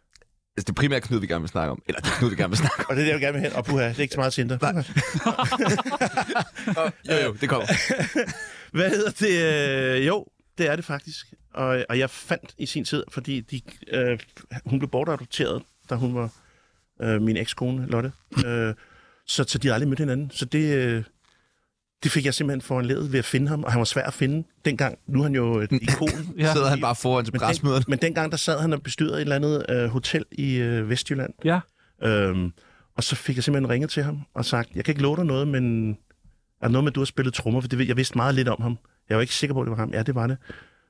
det er primært Knud, vi gerne vil snakke om. Eller det er Knud, vi gerne vil snakke om.
Og det er det, jeg gerne vil hen. Og puha, det er ikke så meget Tinder. Nej.
Jo, jo, det kommer.
Hvad hedder det? Øh, Jo, det er det faktisk. Og, og jeg fandt i sin tid, fordi de, øh, hun blev bortadopteret, da hun var øh, min ekskone, Lotte. Øh, så, så de har aldrig mødt hinanden. Så det, øh, det fik jeg simpelthen foranledet ved at finde ham, og han var svær at finde dengang. Nu er han jo et ikon.
Ja. Sidder han bare foran til
Men den-
pressemøderne.
Men dengang, der sad han og bestyrede et eller andet øh, hotel i øh, Vestjylland.
Ja.
Øhm, og så fik jeg simpelthen ringet til ham og sagt, jeg kan ikke love dig noget, men er der noget med, at du har spillet trommer? For det, ved- jeg vidste meget lidt om ham. Jeg var ikke sikker på, at det var ham. Ja, det var det.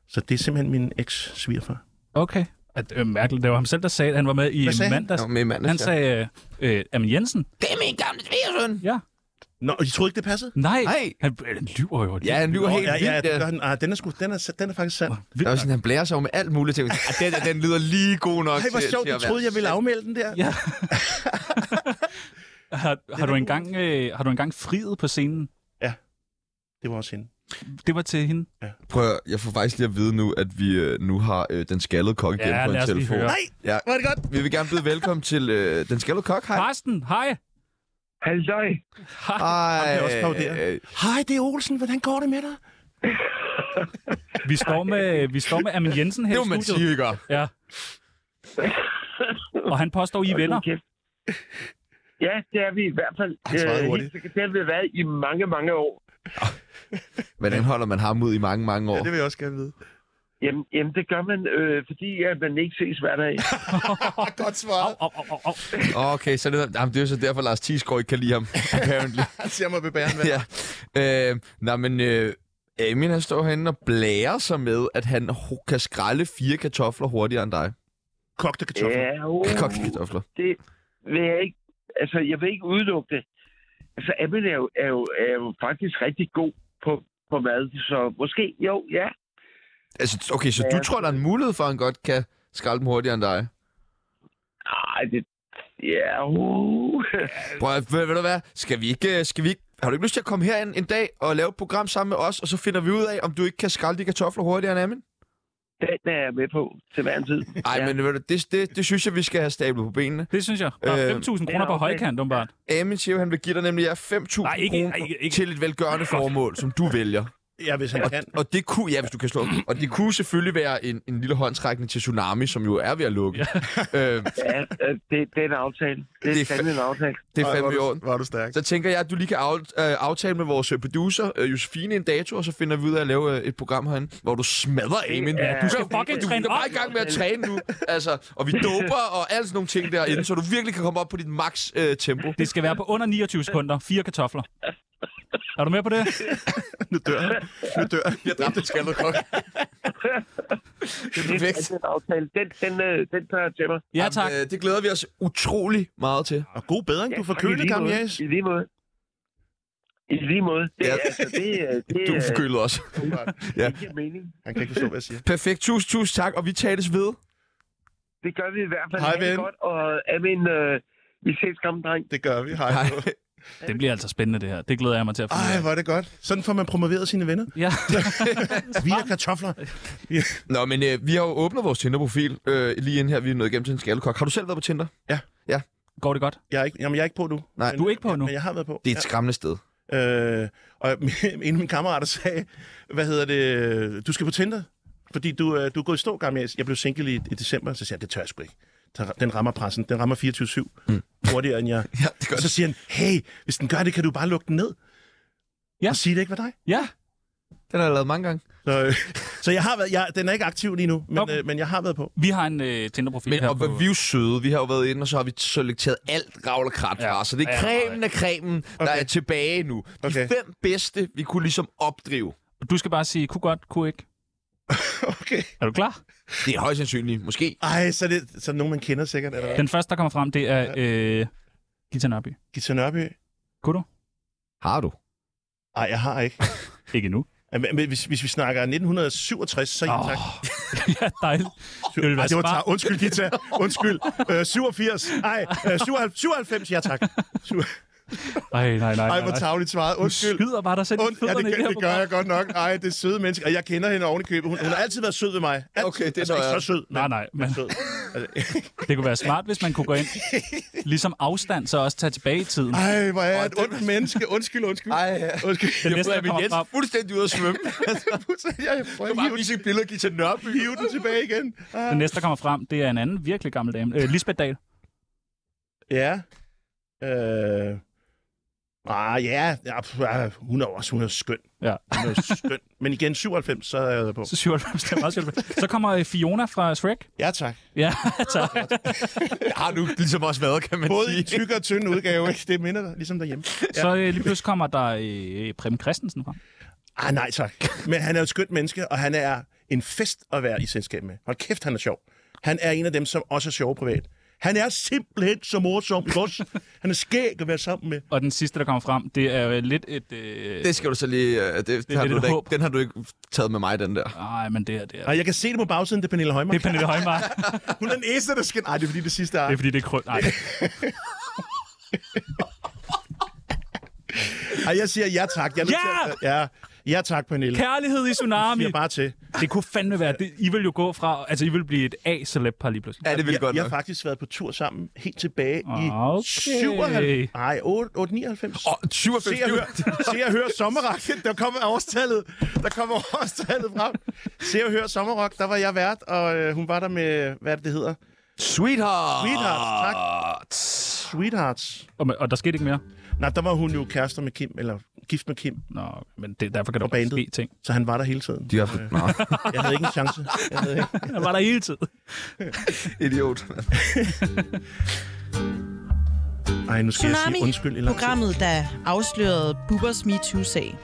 Så det er simpelthen min eks-svigerfar.
Okay. At, øh, mærkeligt. Det var ham selv, der sagde, at han var med i
Hvad sagde han?
mandags.
Han var med i mandags,
han
ja.
sagde, øh, øh, Amin Jensen.
Det er min gamle svigersøn.
Ja.
Nå, og I troede ikke, det passede?
Nej.
Nej.
Han, øh, han lyver jo.
Ja, han lyver
Nå,
helt
ja, ja,
vildt,
det
ja.
gør han. Ah, den, er sgu, den, er, sa- den er faktisk sand. Ej,
Der er jo sådan, han blærer sig over med alt muligt. ting. Ah, den, der, den lyder lige god nok
hvor
til- til
sjovt, du
at være
troede, jeg ville afmelde den der.
Ja. Har, har, du engang, øh, har du engang friet på scenen?
Ja, det var også hende.
Det var til hende?
Prøv at, høre, jeg får faktisk lige at vide nu, at vi øh, nu har øh, den skaldede kok igen
Ja,
på en
lad os lige
telefon.
høre.
Nej,
ja.
var det godt?
Vi vil gerne byde velkommen til øh, den skaldede kok. Hej.
Karsten, hej.
Halløj.
Hej.
Jeg også
øh,
øh, Hej, det er Olsen. Hvordan går det med dig?
Vi står med, vi står med Amin Jensen her
Det
i
må man
studiet.
sige, vi gør.
Ja. Og han påstår, I er
Hold nu
venner.
kæft. Ja, det er vi i hvert fald.
Han svarede
Øh,
hurtigt.
helt sikkert. Det har vi været i mange, mange år.
Hvordan holder man ham ud i mange, mange år?
vil jeg også gerne vide.
Jamen, jamen det gør man, øh, fordi at man ikke ses hver dag.
Godt svaret.
Au, au, au, au.
Okay, så det, jamen, det er jo så derfor, Lars Thiesgaard ikke kan lide ham, apparently.
Han ser mig ved bæren,
ja. Øh, nej, men øh, Amin, han står herinde og blærer sig med, at han ho- kan skralde fire kartofler hurtigere end dig.
Kogte
Ja, oh,
Kogte kartofler.
det vil jeg ikke... Altså, jeg vil ikke udelukke det. Altså, Amin er jo, er jo, er jo faktisk rigtig god på, på mad, så måske, jo, ja.
Altså, okay, så du tror, der er en mulighed for, at han godt kan Skralde dem hurtigere end dig.
Nej, det... Ja, uh.
Prøv, at- ved, ved du hvad? Skal vi ikke... øh, Skal vi ikke har du ikke lyst til at komme herind en dag og lave et program sammen med os, og så finder vi ud af, om du ikke kan skralde de kartofler hurtigere end Amin?
Den er jeg med på til hver en tid.
Ej, ja. men ved du, det, det, det synes jeg, vi skal have stablet på benene.
Det synes jeg. Der er 5.000 kroner på højkant, umiddelbart.
Amin siger jo, han vil give dig nemlig ja, 5.000
Nej, ikke-
kroner
ikke-
til et velgørende formål, som du vælger.
Ja, hvis han
og,
kan.
Og det kunne, ja, hvis du kan slå Og det kunne selvfølgelig være en, en lille håndtrækning til Tsunami, som jo er ved at lukke. Ja. Øh,
Ja, øh, det, det er en aftale. Det er,
Det
det
er
er
fa-
fandme en aftale.
Det er fandme i orden.
Var du stærk.
Så tænker jeg, at du lige kan af, øh, aftale med vores øh, producer, øh, Josefine, en dato, og så finder vi ud af at lave øh, et program herinde, hvor du smadrer
Det
Amin.
er-
du skal
det er
fucking
en
træne Du er bare i
aftale.
gang med at træne nu. Altså, og vi doper og alt sådan nogle ting derinde, så du virkelig kan komme op på dit max øh, tempo.
Det skal være på under 29 sekunder. Fire kartofler. Er du med på det?
nu dør han. Nu dør han.
Jeg dræbte en skaldet kok.
Det er perfekt. Det er en aftale. Den, den, øh, den tager jeg til mig.
Jamen, øh, det glæder vi os utrolig meget til.
Og god bedring,
Ja, i lige måde. I lige måde. I lige måde. Det, ja. altså, det, er- det,
Du er
er-
forkølet også.
Ja. Det giver mening.
Han kan ikke forstå, hvad jeg siger.
Perfekt. Tusind, tusind tak, og vi tales ved.
Det gør vi i hvert fald.
Hej,
Ha' det
ven.
Godt, og Amin, øh, vi ses gammel dreng.
Det gør vi. Hej. øh,
Det bliver altså spændende, det her. Det glæder jeg mig til at finde ud
Ej, hvor er det godt. Sådan får man promoveret sine venner.
Ja.
Via kartofler.
Nå, men øh, vi har jo åbnet vores Tinder-profil øh, lige inden her. Vi er nået igennem til en skaldekok. Har du selv været på Tinder?
Ja.
Ja.
af. Går det godt?
Jeg er ikke, jamen, jeg er ikke på nu.
Nej.
Men-
Du er ikke på nu?
Men jeg har været på.
Det er et skræmmende sted.
Ja. Øh, og en af mine kammerater sagde, hvad hedder det, du skal på Tinder, fordi du, øh, du er gået i stå, gammel. Jeg blev single i, i december, så siger jeg, det tør jeg sgu ikke. Den rammer pressen. Den rammer 24-7 mm. hurtigere end jeg.
ja, det
og så siger han, hey, hvis den gør det, kan du bare lukke den ned.
Ja.
Og sige, det ikke var dig.
Ja.
Den har jeg lavet mange gange.
Så, øh, så jeg har været, jeg, den er ikke aktiv lige nu, men, okay. øh, men jeg har været på.
Vi har en øh, Tinder-profil
Men
her
og,
på...
vi er jo søde. Vi har jo været inde, og så har vi selekteret alt ravl og krat fra. Ja. Så det er
Ja,
cremen af cremen, der er tilbage nu. De
Okay.
fem bedste, vi kunne ligesom opdrive.
Du skal bare sige, kunne godt, kunne ikke.
Okay.
Er du klar?
Det er højst sandsynligt. Måske.
Ej, så er det så er det nogen, man kender sikkert, eller hvad?
Den første, der kommer frem, det er øh, Gita Nørby.
Gita Nørby.
Kunne du?
Har du?
Nej, jeg har ikke.
ikke nu.
Men, men hvis, hvis vi snakker 1967, så ja, oh. tak.
ja, dejligt. Det, ville være
Ej, det var
smart.
tar. Undskyld, Gita. Undskyld. Øh, 87. Nej, øh, 97, 97. Ja, tak. Syv-
Ej, nej, nej.
Ej,
nej,
hvor
nej.
tavligt svaret. Undskyld.
Du skyder bare dig selv i
ja, det,
fødderne i det
gør,
her
det gør
program.
jeg godt nok. Ej, det er søde menneske. Og jeg kender hende oven i købet. Hun, hun har altid været sød ved mig. Altid.
Okay, det er
altså, ikke
så-
så sød. Men
Nej, nej. Men
sød. Altså,
det kunne være smart, hvis man kunne gå ind. Ligesom afstand, så også tage tilbage i tiden.
Ej, hvor er jeg et ondt menneske. Undskyld, undskyld.
Ej, ja.
undskyld.
Den
Jeg
næste,
får
der
Amin
kommer
Jensen
frem.
fuldstændig ud at svømme.
Jeg prøver
Jeg
at
bare
hive,
vise et billede og give til Nørby.
hive den tilbage igen. Ah.
Den næste, der kommer frem, det er en anden virkelig gammel dame. Øh, Lisbeth Dahl.
Ja. Øh. Ah, ja. ja pf, ah, hun er jo også hun er skøn.
Ja.
Hun er skøn. Men igen, 97, så er jeg på.
Så 97, det er meget 97. Så kommer øh, Fiona fra Shrek.
Ja, tak.
Ja, altså, tak.
Har du ligesom også været, kan man
Både i
sige.
tyk og tynd udgave, ikke? Det minder dig, ligesom derhjemme. Ja.
Så øh, lige pludselig kommer der øh, Prem Christensen frem.
Ah, nej tak. Men han er jo et skønt menneske, og han er en fest at være i selskab med. Hold kæft, han er sjov. Han er en af dem, som også er sjov privat. Han er simpelthen så morsom. ikke også? Han er skæg at være sammen med.
Og den sidste, der kommer frem, det er øh, lidt et... Øh,
Det skal du så lige... øh, Det, det, det har
lidt
du
et
da ikke,
håb.
den har du ikke taget med mig, den der.
Nej, men det er det. Er,
Og jeg kan se det på bagsiden, det er Pernille Højmark.
det er Pernille Højmark.
Hun er den eneste, der skal... Nej, det er fordi det sidste er.
Det er fordi, det er krøl. Nej,
Ej, jeg siger ja tak. Jeg er nødt
Ja!
til at- ja! Ja tak, Pernille.
kærlighed i
Jeg
tsunami.
siger bare til.
Det kunne fandme være. Det, I vil jo gå fra... Altså, I vil blive et A-celeb par lige pludselig.
Ja, det vil
Jeg,
godt
jeg
nok.
har faktisk været på tur sammen helt tilbage i
Ah, Okay.
97. Nej, 8, 8 99.
Åh, 97.
Se og hør, se og hør sommerrock. Der kommer årstallet. Der kommer årstallet frem. Se og hør sommerrock. Der var jeg vært, og øh, hun var der med, hvad er det, det hedder?
Sweetheart!
Sweethearts, tak. Sweethearts.
Og, og der skete ikke mere?
Nej, der var hun jo kærester med Kim, eller gift med Kim,
Nå, men det, derfor kan der
Og
jo
bandet.
ske ting.
så han var der hele tiden.
De har haft... Nå,
Jeg havde ikke en chance. Jeg havde ikke.
Jeg var der hele tiden.
idiot.
Ej, nu skal jeg sige undskyld. Eller
Tsunami-programmet, der afslørede Bubbers MeToo-sag.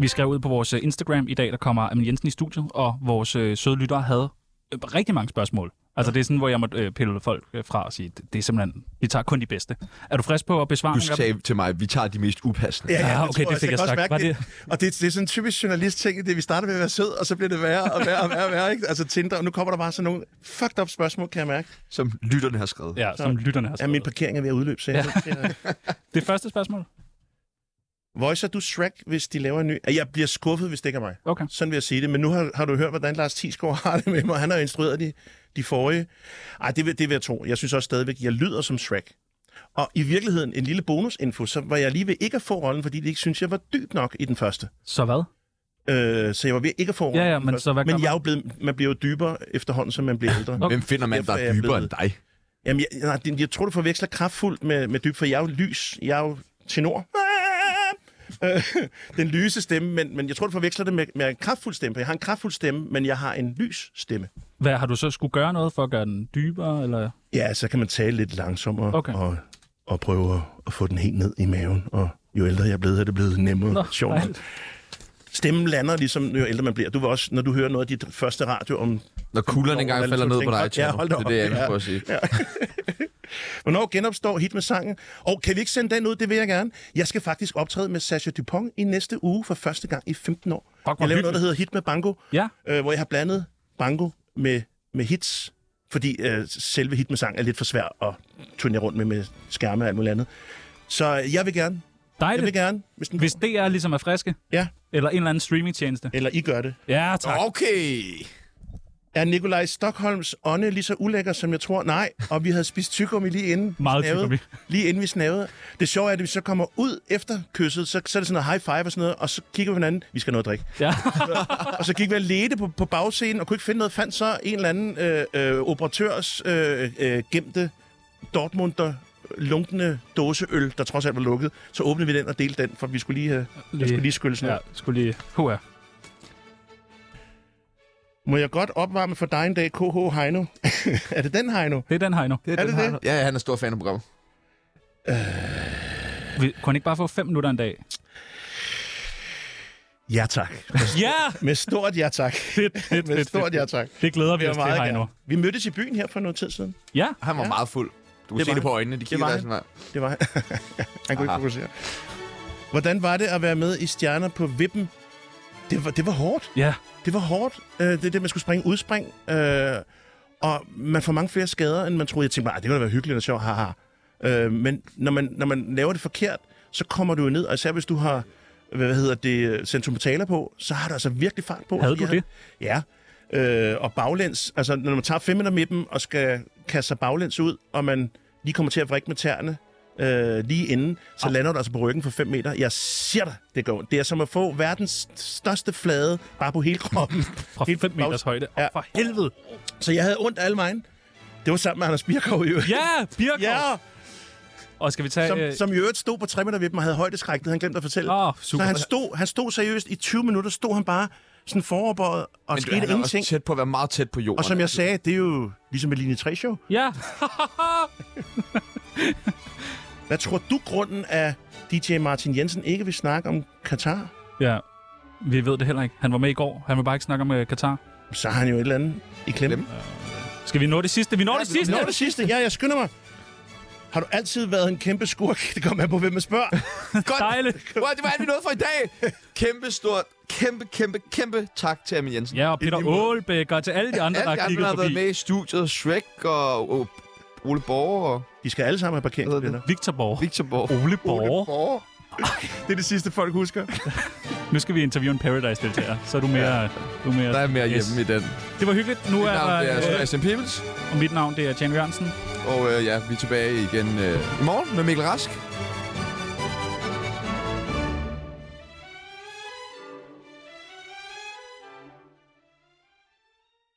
Vi skrev ud på vores øh, Instagram i dag, der kommer Amin Jensen i studiet, og vores øh, søde lyttere havde øh, rigtig mange spørgsmål Altså, det er sådan, hvor jeg måtte øh, pille folk øh, fra og sige, det, det er simpelthen, vi tager kun de bedste. Er du frisk på at besvare?
Du
nogle af dem?
sagde til mig, vi tager de mest upassende.
Ja, ja, Ah, okay, det fik jeg
kan også
sagt.
mærke
Var
det? Og det, det er sådan en typisk journalist-ting, det vi starter med at være sød, og så bliver det værre og værre og værre, og værre ikke? Altså Tinder, og nu kommer der bare sådan nogle fucked up spørgsmål, kan jeg mærke.
Som lytterne har skrevet.
Ja, som lytterne har
skrevet. Ja, min parkering er ved at udløbe, så jeg ja.
Det første spørgsmål.
Voicer du Shrek, hvis de laver en ny? Jeg bliver skuffet, hvis det ikke er mig.
Okay.
Sådan vil jeg sige det. Men nu har, har du hørt, hvordan Lars Thiesgaard har det med mig. Han har instrueret de, de forrige. Ej, det vil, det vil jeg tro. Jeg synes også stadigvæk, jeg lyder som Shrek. Og i virkeligheden, en lille bonusinfo, så var jeg lige ved ikke at få rollen, fordi de ikke synes jeg var dyb nok i den første.
Så hvad?
Øh, så jeg var ved ikke at få rollen.
Ja,
i
ja,
den
men
første.
så hvad gør
men
man?
jeg er jo blevet, man bliver jo dybere efterhånden, som man bliver ældre.
Hvem finder man,
Derfor
der
er
er
jeg
dybere
blevet-
end dig?
Jamen, jeg, nej, det- jeg tror, du forveksler kraftfuldt med, med dyb, for jeg er jo lys. Jeg er jo tenor. Øh, den lyse stemme, men, men jeg tror, du forveksler det med, med en kraftfuld stemme. for Jeg har en kraftfuld stemme, men jeg har en lys stemme.
Hvad, har du så skulle gøre noget for at gøre den dybere? Eller?
Ja, så kan man tale lidt langsommere
Okay.
og, og prøve at, at få den helt ned i maven. Og jo ældre jeg er blevet, er det blevet nemmere
Nå,
og sjovere.
dejligt.
Stemmen lander ligesom, jo ældre man bliver. Du vil også, når du hører noget af dit første radio om...
Når kuglerne engang falder ned på dig,
Ja,
Tjerno.
hold da
Det er
op.
det, jeg er inde på
ja.
at sige.
Ja. Hvornår genopstår hit med sangen? Og kan vi ikke sende den ud? Det vil jeg gerne. Jeg skal faktisk optræde med Sasha Dupont i næste uge for første gang i 15 år.
Fuck,
jeg laver noget, der hedder Hit med Bango,
ja.
øh, hvor jeg har blandet bango med, med hits, fordi øh, selve hit med sang er lidt for svær at turnere rundt med med skærme og alt muligt andet. Så jeg vil gerne.
Dejligt.
Jeg vil gerne. Hvis, den...
hvis det er ligesom er friske?
Ja.
Eller en eller anden streamingtjeneste?
Eller I gør det.
Ja, tak.
Okay.
Er Nikolaj Stockholms ånde lige så ulækker, som jeg tror? Nej, og vi havde spist tyggegummi lige inden vi
Meget
snavede-
tyggegummi.
Lige inden vi snavede. Det sjove er, at vi så kommer ud efter kysset, så, så er det sådan noget high five og sådan noget, og så kigger vi på hinanden, vi skal have noget at drikke.
Ja.
og så gik vi og ledte på, på bagscenen, og kunne ikke finde noget, fandt så en eller anden øh, øh, operatørs øh, øh, gemte Dortmunder lunkende dåseøl, der trods alt var lukket. Så åbnede vi den og delte den, for vi skulle lige, øh, lige. Skulle lige skylde sådan
Ja, skulle lige... HR.
Må jeg godt opvarme for dig en dag, KH Heino? er det den Heino?
Det er den Heino.
Det er, er det det?
Ja, han er stor fan af programmet.
Vi, kunne han ikke bare få fem minutter en dag?
Ja, tak.
Ja!
Med stort ja tak.
Fedt, fedt,
Med
fedt,
stort
fedt.
ja tak.
Det glæder vi
Jeg
os
vil
til,
meget
Heino.
gerne. Vi mødtes i byen her for noget tid siden.
Ja.
Han var
Ja.
meget fuld. Du kunne
Det
se
var
det på
han.
øjnene, de
Det
kiggede
var
der
han.
sådan der.
Det var han. han kunne
Aha.
ikke fokusere. Hvordan var det at være med i Stjerner på Vippen? Det var, det var hårdt.
Ja.
Det var hårdt. Øh, det er det, man skulle springe udspring. Øh, og man får mange flere skader, end man troede. Jeg tænkte bare, "Ah, det ville da være hyggeligt og sjovt, haha. Øh, men når man, når man laver det forkert, så kommer du jo ned, og især hvis du har hvad hedder det, centrumetaler på, så har du altså virkelig fart på.
Havde du
Ja. Ja. Øh, og baglæns, altså når man tager 5 meter med dem og skal kaste sig baglæns ud, og man lige kommer til at vrikke med tæerne øh, lige inden, så lander du altså på ryggen for 5 meter. Jeg siger dig, det går. Det er som at få verdens største flade bare på hele kroppen.
Fra 5 meters højde.
Ja.
For helvede.
Så jeg havde ondt alle vejen. Det var sammen med Anders Birkov i øvrigt.
Ja, Birkov!
Ja,
Og skal vi tage...
som,
øh,
som i øvrigt stod på 3 meter ved dem og havde højdeskræk, det havde han glemt at fortælle.
Åh,
så
super.
han stod, han stod seriøst i 20 minutter, stod han bare sådan foroverbøjet og
Men du,
skete
han er også
ingenting.
tæt på at være meget tæt på jorden.
Og som jeg sagde, det er jo ligesom et linje 3-show.
Ja.
Hvad tror du grunden af DJ Martin Jensen ikke vil snakke om Katar?
Ja, vi ved det heller ikke. Han var med i går. Han vil bare ikke snakke om øh, Katar.
Så har han jo et eller andet i klemme.
Klemme.
Skal vi nå det sidste? Vi når
Ja,
det
vi- vi
sidste!
når det sidste. Ja, jeg skynder mig. Har du altid været en kæmpe skurk? Det kommer an på, hvem man spørger.
Godt.
Dejligt.
Wow, det var alt, vi nåede for i dag. Kæmpe stort, kæmpe, kæmpe, kæmpe tak til Amin Jensen.
Ja, og Peter Aalbæk og til alle de andre,
Alle
der
de
har
andre,
kigget
der har været
forbi.
med i studiet. Shrek og og Ole Borger og
De skal alle sammen have parkeringsbilletter.
Victor Borg.
Victor Borg.
Ole Borg.
Borger.
Det er det sidste, folk husker.
Nu skal vi interviewe en Paradise-deltager. Så er du mere... Du er mere
Der er mere hjemme i den.
Det var hyggeligt. Nu
Mit
er,
navn det er
der... øh,
Sebastian Pibels,
og mit navn det er Jan Jørgensen.
og øh, ja, vi er tilbage igen øh, i morgen med Mikkel Rask.